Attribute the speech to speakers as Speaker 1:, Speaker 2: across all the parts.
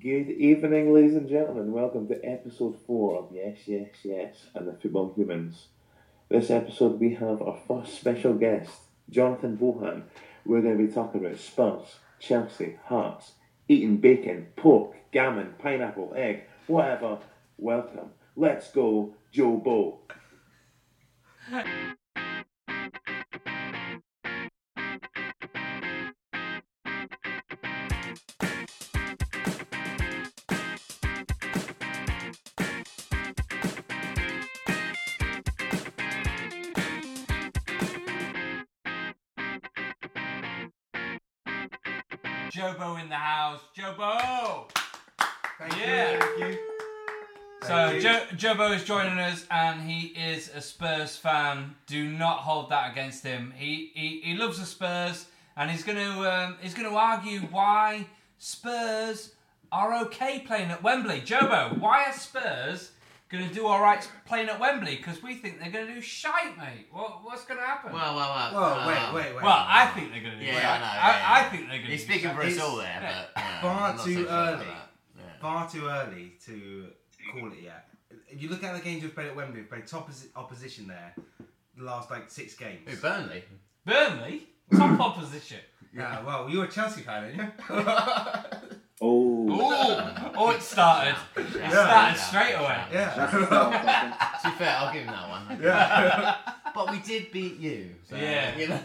Speaker 1: Good evening, ladies and gentlemen. Welcome to episode four of Yes, Yes, Yes and the Football Humans. This episode, we have our first special guest, Jonathan Bohan. We're going to be talking about Spurs, Chelsea, Hearts, eating bacon, pork, gammon, pineapple, egg, whatever. Welcome. Let's go, Joe Bo.
Speaker 2: Jobo in the house. Jobo!
Speaker 3: Thank
Speaker 2: Yeah.
Speaker 3: you. Thank you. Thank
Speaker 2: So
Speaker 3: you.
Speaker 2: jo- Jobo is joining us and he is a Spurs fan. Do not hold that against him. He he, he loves the Spurs and he's gonna um, he's gonna argue why Spurs are okay playing at Wembley. Jobo, why are Spurs gonna do alright playing at Wembley? Because we think they're gonna do shite, mate. What, what's gonna happen?
Speaker 4: Well, well, well.
Speaker 3: Whoa,
Speaker 4: well,
Speaker 3: wait,
Speaker 4: well.
Speaker 3: wait, wait.
Speaker 2: Well, I think they're gonna do
Speaker 4: Yeah,
Speaker 2: shite.
Speaker 4: I know, yeah,
Speaker 2: I,
Speaker 4: yeah.
Speaker 2: I think they're gonna
Speaker 4: He's
Speaker 2: do
Speaker 4: speaking
Speaker 2: shite.
Speaker 4: for us
Speaker 3: It's
Speaker 4: all there, but yeah,
Speaker 3: far
Speaker 4: I'm not
Speaker 3: too
Speaker 4: so sure about
Speaker 3: early.
Speaker 4: that. Yeah.
Speaker 3: far too early to call it yet. You look at the games we've played at Wembley. We've played top opposi- opposition there. The last like six games.
Speaker 4: Who, Burnley?
Speaker 2: Burnley? Top opposition.
Speaker 3: Yeah. well, you were a Chelsea fan, aren't you?
Speaker 1: Oh,
Speaker 2: Oh, oh, it started. It
Speaker 4: Yeah.
Speaker 2: started
Speaker 4: Yeah.
Speaker 2: straight away.
Speaker 3: yeah.
Speaker 4: To be fair, I'll give him that one.
Speaker 3: yeah.
Speaker 4: But we did beat you. So,
Speaker 2: Yeah.
Speaker 4: You know.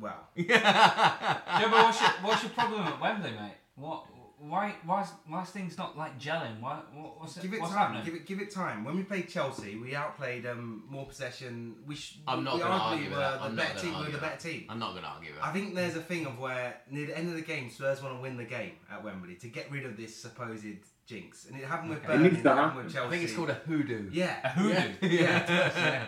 Speaker 3: Well,
Speaker 2: Yeah, but what's your, what's your problem at Wembley, mate? What? Why? Why's why's things not like gelling? Why? What, what's it,
Speaker 3: give it
Speaker 2: what's
Speaker 3: time.
Speaker 2: happening?
Speaker 3: Give it, give it time. When we played Chelsea, we outplayed um, more possession. We sh-
Speaker 4: I'm not
Speaker 3: we
Speaker 4: going to
Speaker 3: arguably
Speaker 4: argue with
Speaker 3: were
Speaker 4: that.
Speaker 3: the
Speaker 4: I'm not
Speaker 3: better
Speaker 4: gonna
Speaker 3: team. We were the
Speaker 4: argue with that.
Speaker 3: better team.
Speaker 4: I'm not going to argue with
Speaker 3: I
Speaker 4: that.
Speaker 3: think there's a thing of where near the end of the game, Spurs want to win the game at Wembley to get rid of this supposed jinx, and it happened with
Speaker 2: Okay. It
Speaker 3: Burnley,
Speaker 1: needs
Speaker 3: it
Speaker 1: to
Speaker 3: happened with
Speaker 4: I
Speaker 3: Chelsea.
Speaker 4: think it's called a hoodoo.
Speaker 2: A
Speaker 3: yeah,
Speaker 2: hoodoo.
Speaker 4: Yeah.
Speaker 3: Yeah, it is,
Speaker 4: yeah.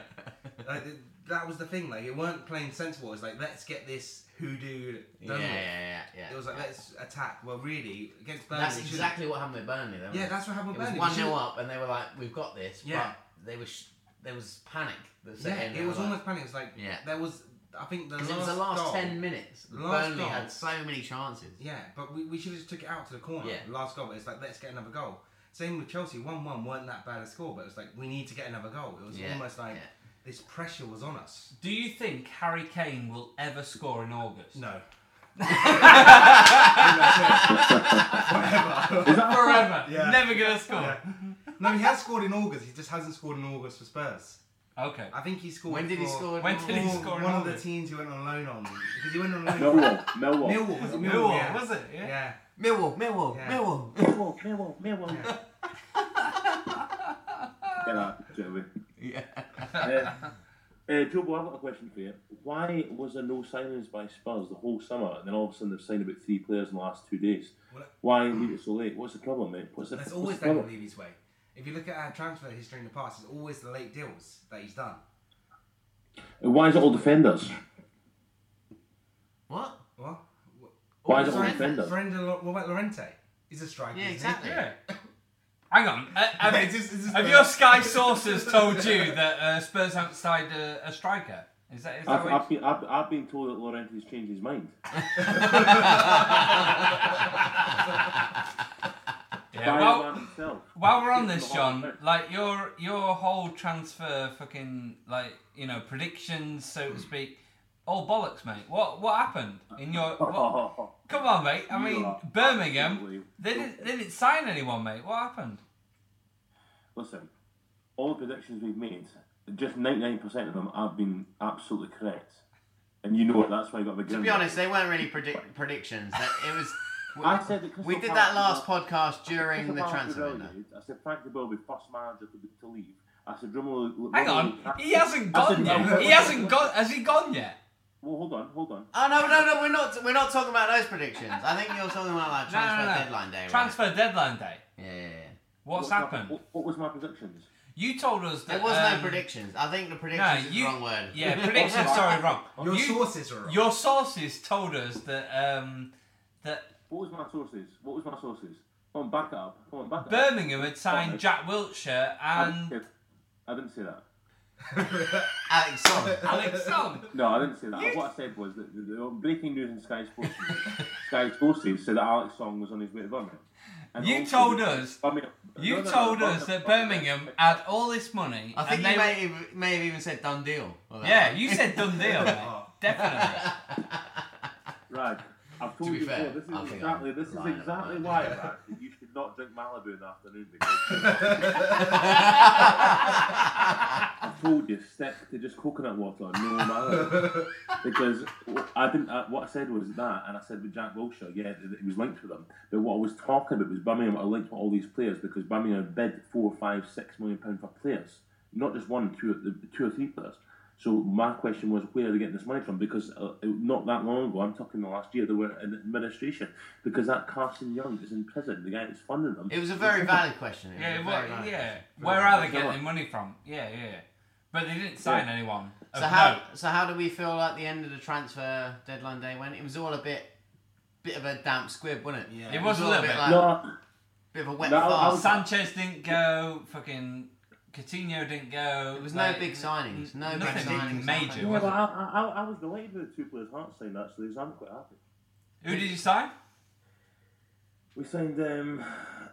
Speaker 3: like, th- that was the thing. Like it weren't playing sensible. It was like let's get this hoodoo
Speaker 4: Yeah, yeah,
Speaker 3: done with.
Speaker 4: yeah, yeah.
Speaker 3: It was like let's attack. Well, really against Burnley,
Speaker 4: That's
Speaker 3: we shouldn't-
Speaker 4: exactly what happened with Burnley, though.
Speaker 3: yeah. That's what happened
Speaker 4: it
Speaker 3: with
Speaker 4: was
Speaker 3: Burnley. We
Speaker 4: 1 0
Speaker 3: shouldn't-
Speaker 4: up, and they were like, we've got this.
Speaker 3: Yeah.
Speaker 4: But they were sh- there was panic that set in.
Speaker 3: Yeah,
Speaker 4: They
Speaker 3: it
Speaker 4: were
Speaker 3: was
Speaker 4: like-
Speaker 3: almost panic. It was like
Speaker 4: Yeah.
Speaker 3: there was. I think the last,
Speaker 4: Because it was the last
Speaker 3: goal-
Speaker 4: 10 minutes.
Speaker 3: the last
Speaker 4: Burnley
Speaker 3: goal-
Speaker 4: had so many chances.
Speaker 3: Yeah, but we, we should have just took it out to the corner.
Speaker 4: Yeah.
Speaker 3: Last goal, but it's like let's get another goal. Same with Chelsea, one one weren't that bad a score, but it was like we need to get another goal. It was
Speaker 4: Yeah,
Speaker 3: almost like
Speaker 4: yeah.
Speaker 3: this pressure was on us.
Speaker 2: Do you think Harry Kane will ever score in August?
Speaker 3: No.
Speaker 2: Forever.
Speaker 3: Yeah.
Speaker 2: Never gonna score.
Speaker 3: Yeah. No, he has scored in August. He just hasn't scored in August for Spurs.
Speaker 2: Okay.
Speaker 3: I think he scored.
Speaker 4: When did he
Speaker 3: for-
Speaker 4: score?
Speaker 2: When did he
Speaker 3: for
Speaker 2: score in
Speaker 3: One of the
Speaker 2: August?
Speaker 3: teams he went on loan on because he went on loan.
Speaker 1: Millwall,
Speaker 3: for-
Speaker 1: Millwall.
Speaker 3: Millwall was it Millwall?
Speaker 2: Millwall,
Speaker 3: yeah.
Speaker 2: was it? Yeah.
Speaker 3: Yeah.
Speaker 4: Millwall, Millwall,
Speaker 3: Yeah.
Speaker 4: Millwall.
Speaker 1: Millwall, Millwall, Millwall.
Speaker 3: Yeah.
Speaker 1: Get that, Joey.
Speaker 4: yeah.
Speaker 1: uh, uh, Joe, Bo, I've got a question for you. Why was there no signings by Spurs the whole summer, and then all of a sudden they've signed about three players in the last two days?
Speaker 3: Well,
Speaker 1: Why leave it so late? What's the problem, mate? What's the,
Speaker 3: That's
Speaker 1: what's
Speaker 3: always
Speaker 1: the
Speaker 3: Daniel
Speaker 1: problem?
Speaker 3: Levy's way. If you look at our transfer history in the past, it's always the late deals that he's done.
Speaker 1: And Why is it all defenders?
Speaker 4: What?
Speaker 3: What?
Speaker 1: Why
Speaker 4: All
Speaker 1: is it all
Speaker 4: defenders.
Speaker 1: defenders?
Speaker 3: Brenda, what about Lorente? He's a striker.
Speaker 4: Yeah,
Speaker 3: isn't he?
Speaker 4: exactly.
Speaker 2: Yeah. Hang on. Uh, have,
Speaker 3: It's just- it's just-
Speaker 2: have your Sky sources told you that uh, Spurs haven't signed a, a striker? Is that is that
Speaker 1: I've,
Speaker 2: what
Speaker 1: I've, been, I've, I've been told that Laurenti's changed his mind.
Speaker 2: you-
Speaker 1: By
Speaker 2: yeah,
Speaker 1: the
Speaker 2: well,
Speaker 1: man himself.
Speaker 2: While we're on
Speaker 1: Give
Speaker 2: this,
Speaker 1: them a hard
Speaker 2: John,
Speaker 1: time.
Speaker 2: like your your whole transfer fucking like you know predictions, so to speak, all bollocks, mate. What what happened in your? What, come on, mate. I
Speaker 1: Oh. You
Speaker 2: mean,
Speaker 1: are
Speaker 2: Birmingham.
Speaker 1: absolutely
Speaker 2: They didn't they didn't sign anyone, mate. What happened?
Speaker 1: Listen, all the predictions we've made, just 99% of them have been absolutely correct. And you know it, that's why I got the
Speaker 4: To be honest, they weren't really predict- predictions. They- It was. We,
Speaker 1: I said that
Speaker 4: we
Speaker 1: Crystal
Speaker 4: did
Speaker 1: Palace
Speaker 4: that
Speaker 1: was-
Speaker 4: last podcast during
Speaker 1: Crystal
Speaker 4: the
Speaker 1: Palace
Speaker 4: transfer
Speaker 1: were
Speaker 4: window.
Speaker 1: relegated. I said Frank de Boer will be first manager to, to leave. I said Drummond.
Speaker 2: Hang on, he hasn't
Speaker 1: I
Speaker 2: gone
Speaker 1: said-
Speaker 2: yet. He hasn't gone. Has he gone yet?
Speaker 1: Well, hold on, hold on.
Speaker 4: Oh no, no, no! We're not. We're not talking about those predictions. I think you're talking about like
Speaker 2: No, no,
Speaker 4: transfer
Speaker 2: no.
Speaker 4: deadline day.
Speaker 2: Transfer deadline day.
Speaker 4: Right? Yeah, yeah, yeah.
Speaker 2: What's
Speaker 1: What-
Speaker 2: happened?
Speaker 1: What, what was my predictions?
Speaker 2: You told us that
Speaker 4: There was
Speaker 2: um,
Speaker 4: no predictions. I think the
Speaker 2: No,
Speaker 4: predictions is
Speaker 2: you.
Speaker 4: the wrong word.
Speaker 2: Yeah, predictions. sorry, wrong.
Speaker 3: Your
Speaker 2: You-
Speaker 3: sources are wrong.
Speaker 2: Your sources told us that um, that
Speaker 1: What was my sources? What was my sources? Come on, back up. Come on, back up.
Speaker 2: Birmingham had signed Jack Wiltshire
Speaker 1: I didn't
Speaker 2: and
Speaker 1: say- I didn't say that.
Speaker 4: Alex Song.
Speaker 2: Alex Song.
Speaker 1: No, I didn't say that. What I said was that the, the breaking news in Sky Sports, Sky Sports said that Alex Song was on his way to Birmingham. And
Speaker 2: You
Speaker 1: also-
Speaker 2: told us-
Speaker 1: Birmingham-
Speaker 2: You
Speaker 1: no, no, no,
Speaker 2: told
Speaker 1: Birmingham-
Speaker 2: us that Birmingham had all this money.
Speaker 4: I think
Speaker 2: and they
Speaker 4: you may have, may have even said done deal. or that
Speaker 2: Yeah,
Speaker 4: one.
Speaker 2: you said done deal, mate. Definitely.
Speaker 1: Right. I've told
Speaker 4: be
Speaker 1: you
Speaker 4: fair,
Speaker 1: before, this is
Speaker 4: I think
Speaker 1: exactly
Speaker 4: I'm
Speaker 1: this is
Speaker 4: lying
Speaker 1: exactly
Speaker 4: about
Speaker 1: why Brad, that you should not drink Malibu in the afternoon because I told you stick to just coconut water, no Malibu. because wh- I didn't. I, what I said was that, and I said with Jack Wilshere, yeah, that he was linked with them. But what I was talking about was Birmingham are linked with all these players because Birmingham bid four, five, six million pounds for players, not just one, two, the- two or three players. So my question was, where are they getting this money from? Because uh, not that long ago, I'm talking the last year, they were in administration because that Carson Young is in prison. The guy that's funding them.
Speaker 4: It was a very valid question. It was
Speaker 2: yeah,
Speaker 4: a
Speaker 2: what,
Speaker 4: very valid
Speaker 2: yeah.
Speaker 4: question.
Speaker 2: Where are they
Speaker 1: Come
Speaker 2: getting
Speaker 1: on.
Speaker 2: their money from? Yeah, yeah. But they didn't sign
Speaker 1: Yeah.
Speaker 2: anyone. of
Speaker 4: So how
Speaker 2: note.
Speaker 4: so how do we feel like the end of the transfer deadline day went? It was all a bit bit of a damp squib, wasn't it?
Speaker 3: Yeah.
Speaker 2: It was a
Speaker 4: all
Speaker 2: little bit.
Speaker 4: like
Speaker 1: no,
Speaker 4: bit of a wet
Speaker 1: No, I
Speaker 4: fart.
Speaker 1: was-
Speaker 2: Sanchez didn't go. Fucking Coutinho didn't go.
Speaker 4: There was no big signings, no big
Speaker 2: nothing
Speaker 4: signings,
Speaker 2: major.
Speaker 4: nothing.
Speaker 1: yeah,
Speaker 2: was
Speaker 1: but
Speaker 2: it?
Speaker 1: I, I, I was delighted with the two players Hart signed actually, so I'm quite happy.
Speaker 2: Who did you sign?
Speaker 1: We signed um,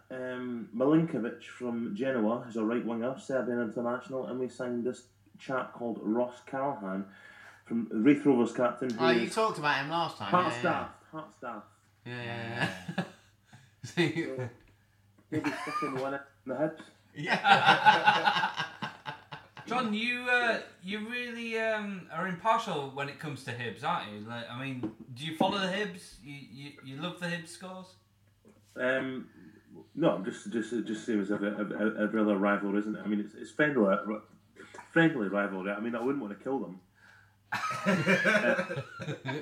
Speaker 1: um, Milinkovic from Genoa, who's a right winger, Serbian international, and we signed this chap called Ross Callahan from Wraith Rovers captain. who
Speaker 4: Oh, you
Speaker 1: is
Speaker 4: talked about him last time.
Speaker 1: Hart
Speaker 4: yeah,
Speaker 1: staff, Hart staff.
Speaker 4: Yeah, yeah, yeah. So you-
Speaker 1: He'll be sticking one in the hips.
Speaker 2: John, you uh, you really um, are impartial when it comes to Hibs, aren't you? Like, I mean, do you follow the Hibs? You, you you love the Hibs scores?
Speaker 1: Um, no, just just just same as every, every, every other rivalry, isn't it? I mean, it's, it's friendly, friendly rivalry. I mean, I wouldn't want to kill them. Uh,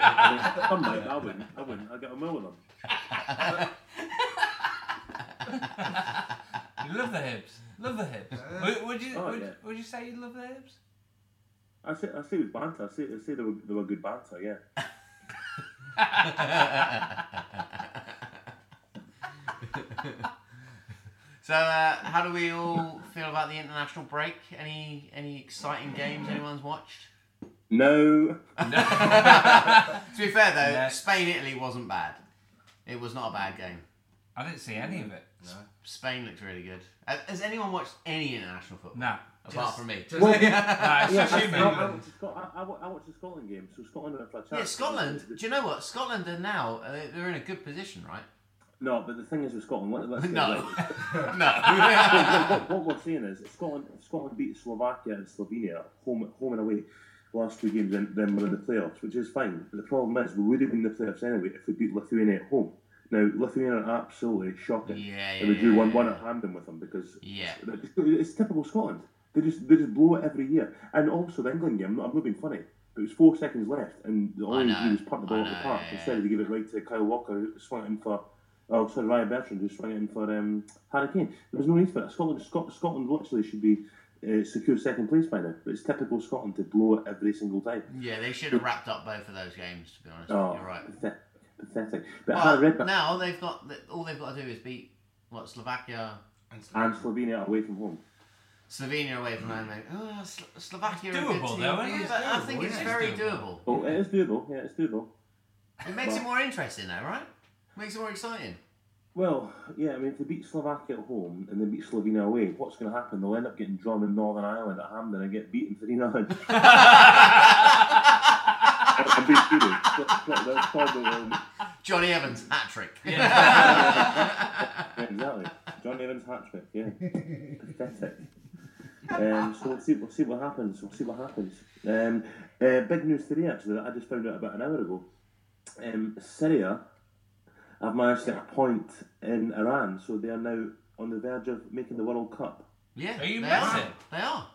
Speaker 1: I mean, some might, I wouldn't. I wouldn't. I'd get a mill with them.
Speaker 2: You love the Hibs. Love the Hibs. Would, would you
Speaker 1: Oh,
Speaker 2: would,
Speaker 1: yeah.
Speaker 2: would you say you love the Hibs?
Speaker 1: I say, I say it was banter. I say, I say they were they were good banter. Yeah.
Speaker 4: so uh, how do we all feel about the international break? Any any exciting games anyone's watched?
Speaker 1: No.
Speaker 4: To be fair though,
Speaker 2: No.
Speaker 4: Spain Italy wasn't bad. It was not a bad game.
Speaker 2: I didn't see any of it.
Speaker 4: Spain looked really good. Has- Has anyone watched any international football?
Speaker 2: No.
Speaker 4: Apart
Speaker 3: Just-
Speaker 4: from me.
Speaker 3: just- Well-
Speaker 2: Nah, it's
Speaker 1: Yeah,
Speaker 2: just you,
Speaker 1: I, I,
Speaker 2: mate.
Speaker 1: watched the Scot- I, I wa- I watched the Scotland game, so Scotland are a chance.
Speaker 4: Yeah, Scotland. Do you know what? Scotland are now uh, they're in a good position, right?
Speaker 1: No, but the thing is with Scotland, let, let's get it
Speaker 4: No,
Speaker 1: right.
Speaker 4: no.
Speaker 1: what, what we're saying is Scotland Scotland beat Slovakia and Slovenia home home and away the last two games and then we're in the playoffs, which is fine. But the problem is we would have been in the playoffs anyway if we beat Lithuania at home. Now Lithuania are absolutely shocking.
Speaker 4: Yeah,
Speaker 1: and we
Speaker 4: yeah,
Speaker 1: drew
Speaker 4: yeah,
Speaker 1: one one
Speaker 4: yeah.
Speaker 1: at Hampden with them because
Speaker 4: Yeah.
Speaker 1: they're just- it's typical Scotland. They just they just blow it every year. And also the England game, I'm not, I'm not being funny. But it was four seconds left, and the all he
Speaker 4: know,
Speaker 1: did was punt the
Speaker 4: I
Speaker 1: ball at
Speaker 4: know,
Speaker 1: the park
Speaker 4: yeah, yeah.
Speaker 1: instead of to give it right to Kyle Walker, who swung it in for Oh, sorry, Ryan Bertrand who swung it in for um, Harry Kane. There was no need for it. Scotland, Scot- Scotland literally should be uh, secure second place by now, but it's typical Scotland to blow it every single time.
Speaker 4: yeah, they should have wrapped up both of those games. To be honest,
Speaker 1: Oh,
Speaker 4: you're right.
Speaker 1: pathet- pathetic. But Harry
Speaker 4: But
Speaker 1: Redknapp
Speaker 4: now they've got th- all they've got to do is beat what Slovakia,
Speaker 1: and Slovenia away from home.
Speaker 4: Slovenia away from home. Like, oh, Slo- Slovakia are a good
Speaker 2: Doable,
Speaker 4: team.
Speaker 2: though, isn't it?
Speaker 4: But I
Speaker 3: It's
Speaker 4: think
Speaker 3: doable,
Speaker 4: it's
Speaker 3: it is
Speaker 4: very doable.
Speaker 3: doable.
Speaker 1: Oh, it is doable. Yeah, it's doable.
Speaker 4: It makes it
Speaker 1: But-
Speaker 4: more interesting, though, right? Makes it more exciting.
Speaker 1: Well, yeah, I mean, if they beat Slovakia at home and they beat Slovenia away, what's going to happen? They'll end up getting drawn in Northern Ireland at Hampden and get beaten 3 0. I'm being serious. That's- That's probably um,
Speaker 4: Johnny Evans hat trick.
Speaker 1: yeah, exactly. John Evans hat trick, yeah. Pathetic. Um, so we'll see, we'll see what happens. We'll see what happens. Um, uh, big news today, actually, that I just found out about an hour ago. Um, Syria have managed to get a point in Iran, so they are now on the verge of making the World Cup.
Speaker 4: yeah,
Speaker 2: Are you
Speaker 4: they
Speaker 2: messing?
Speaker 4: Are. They are.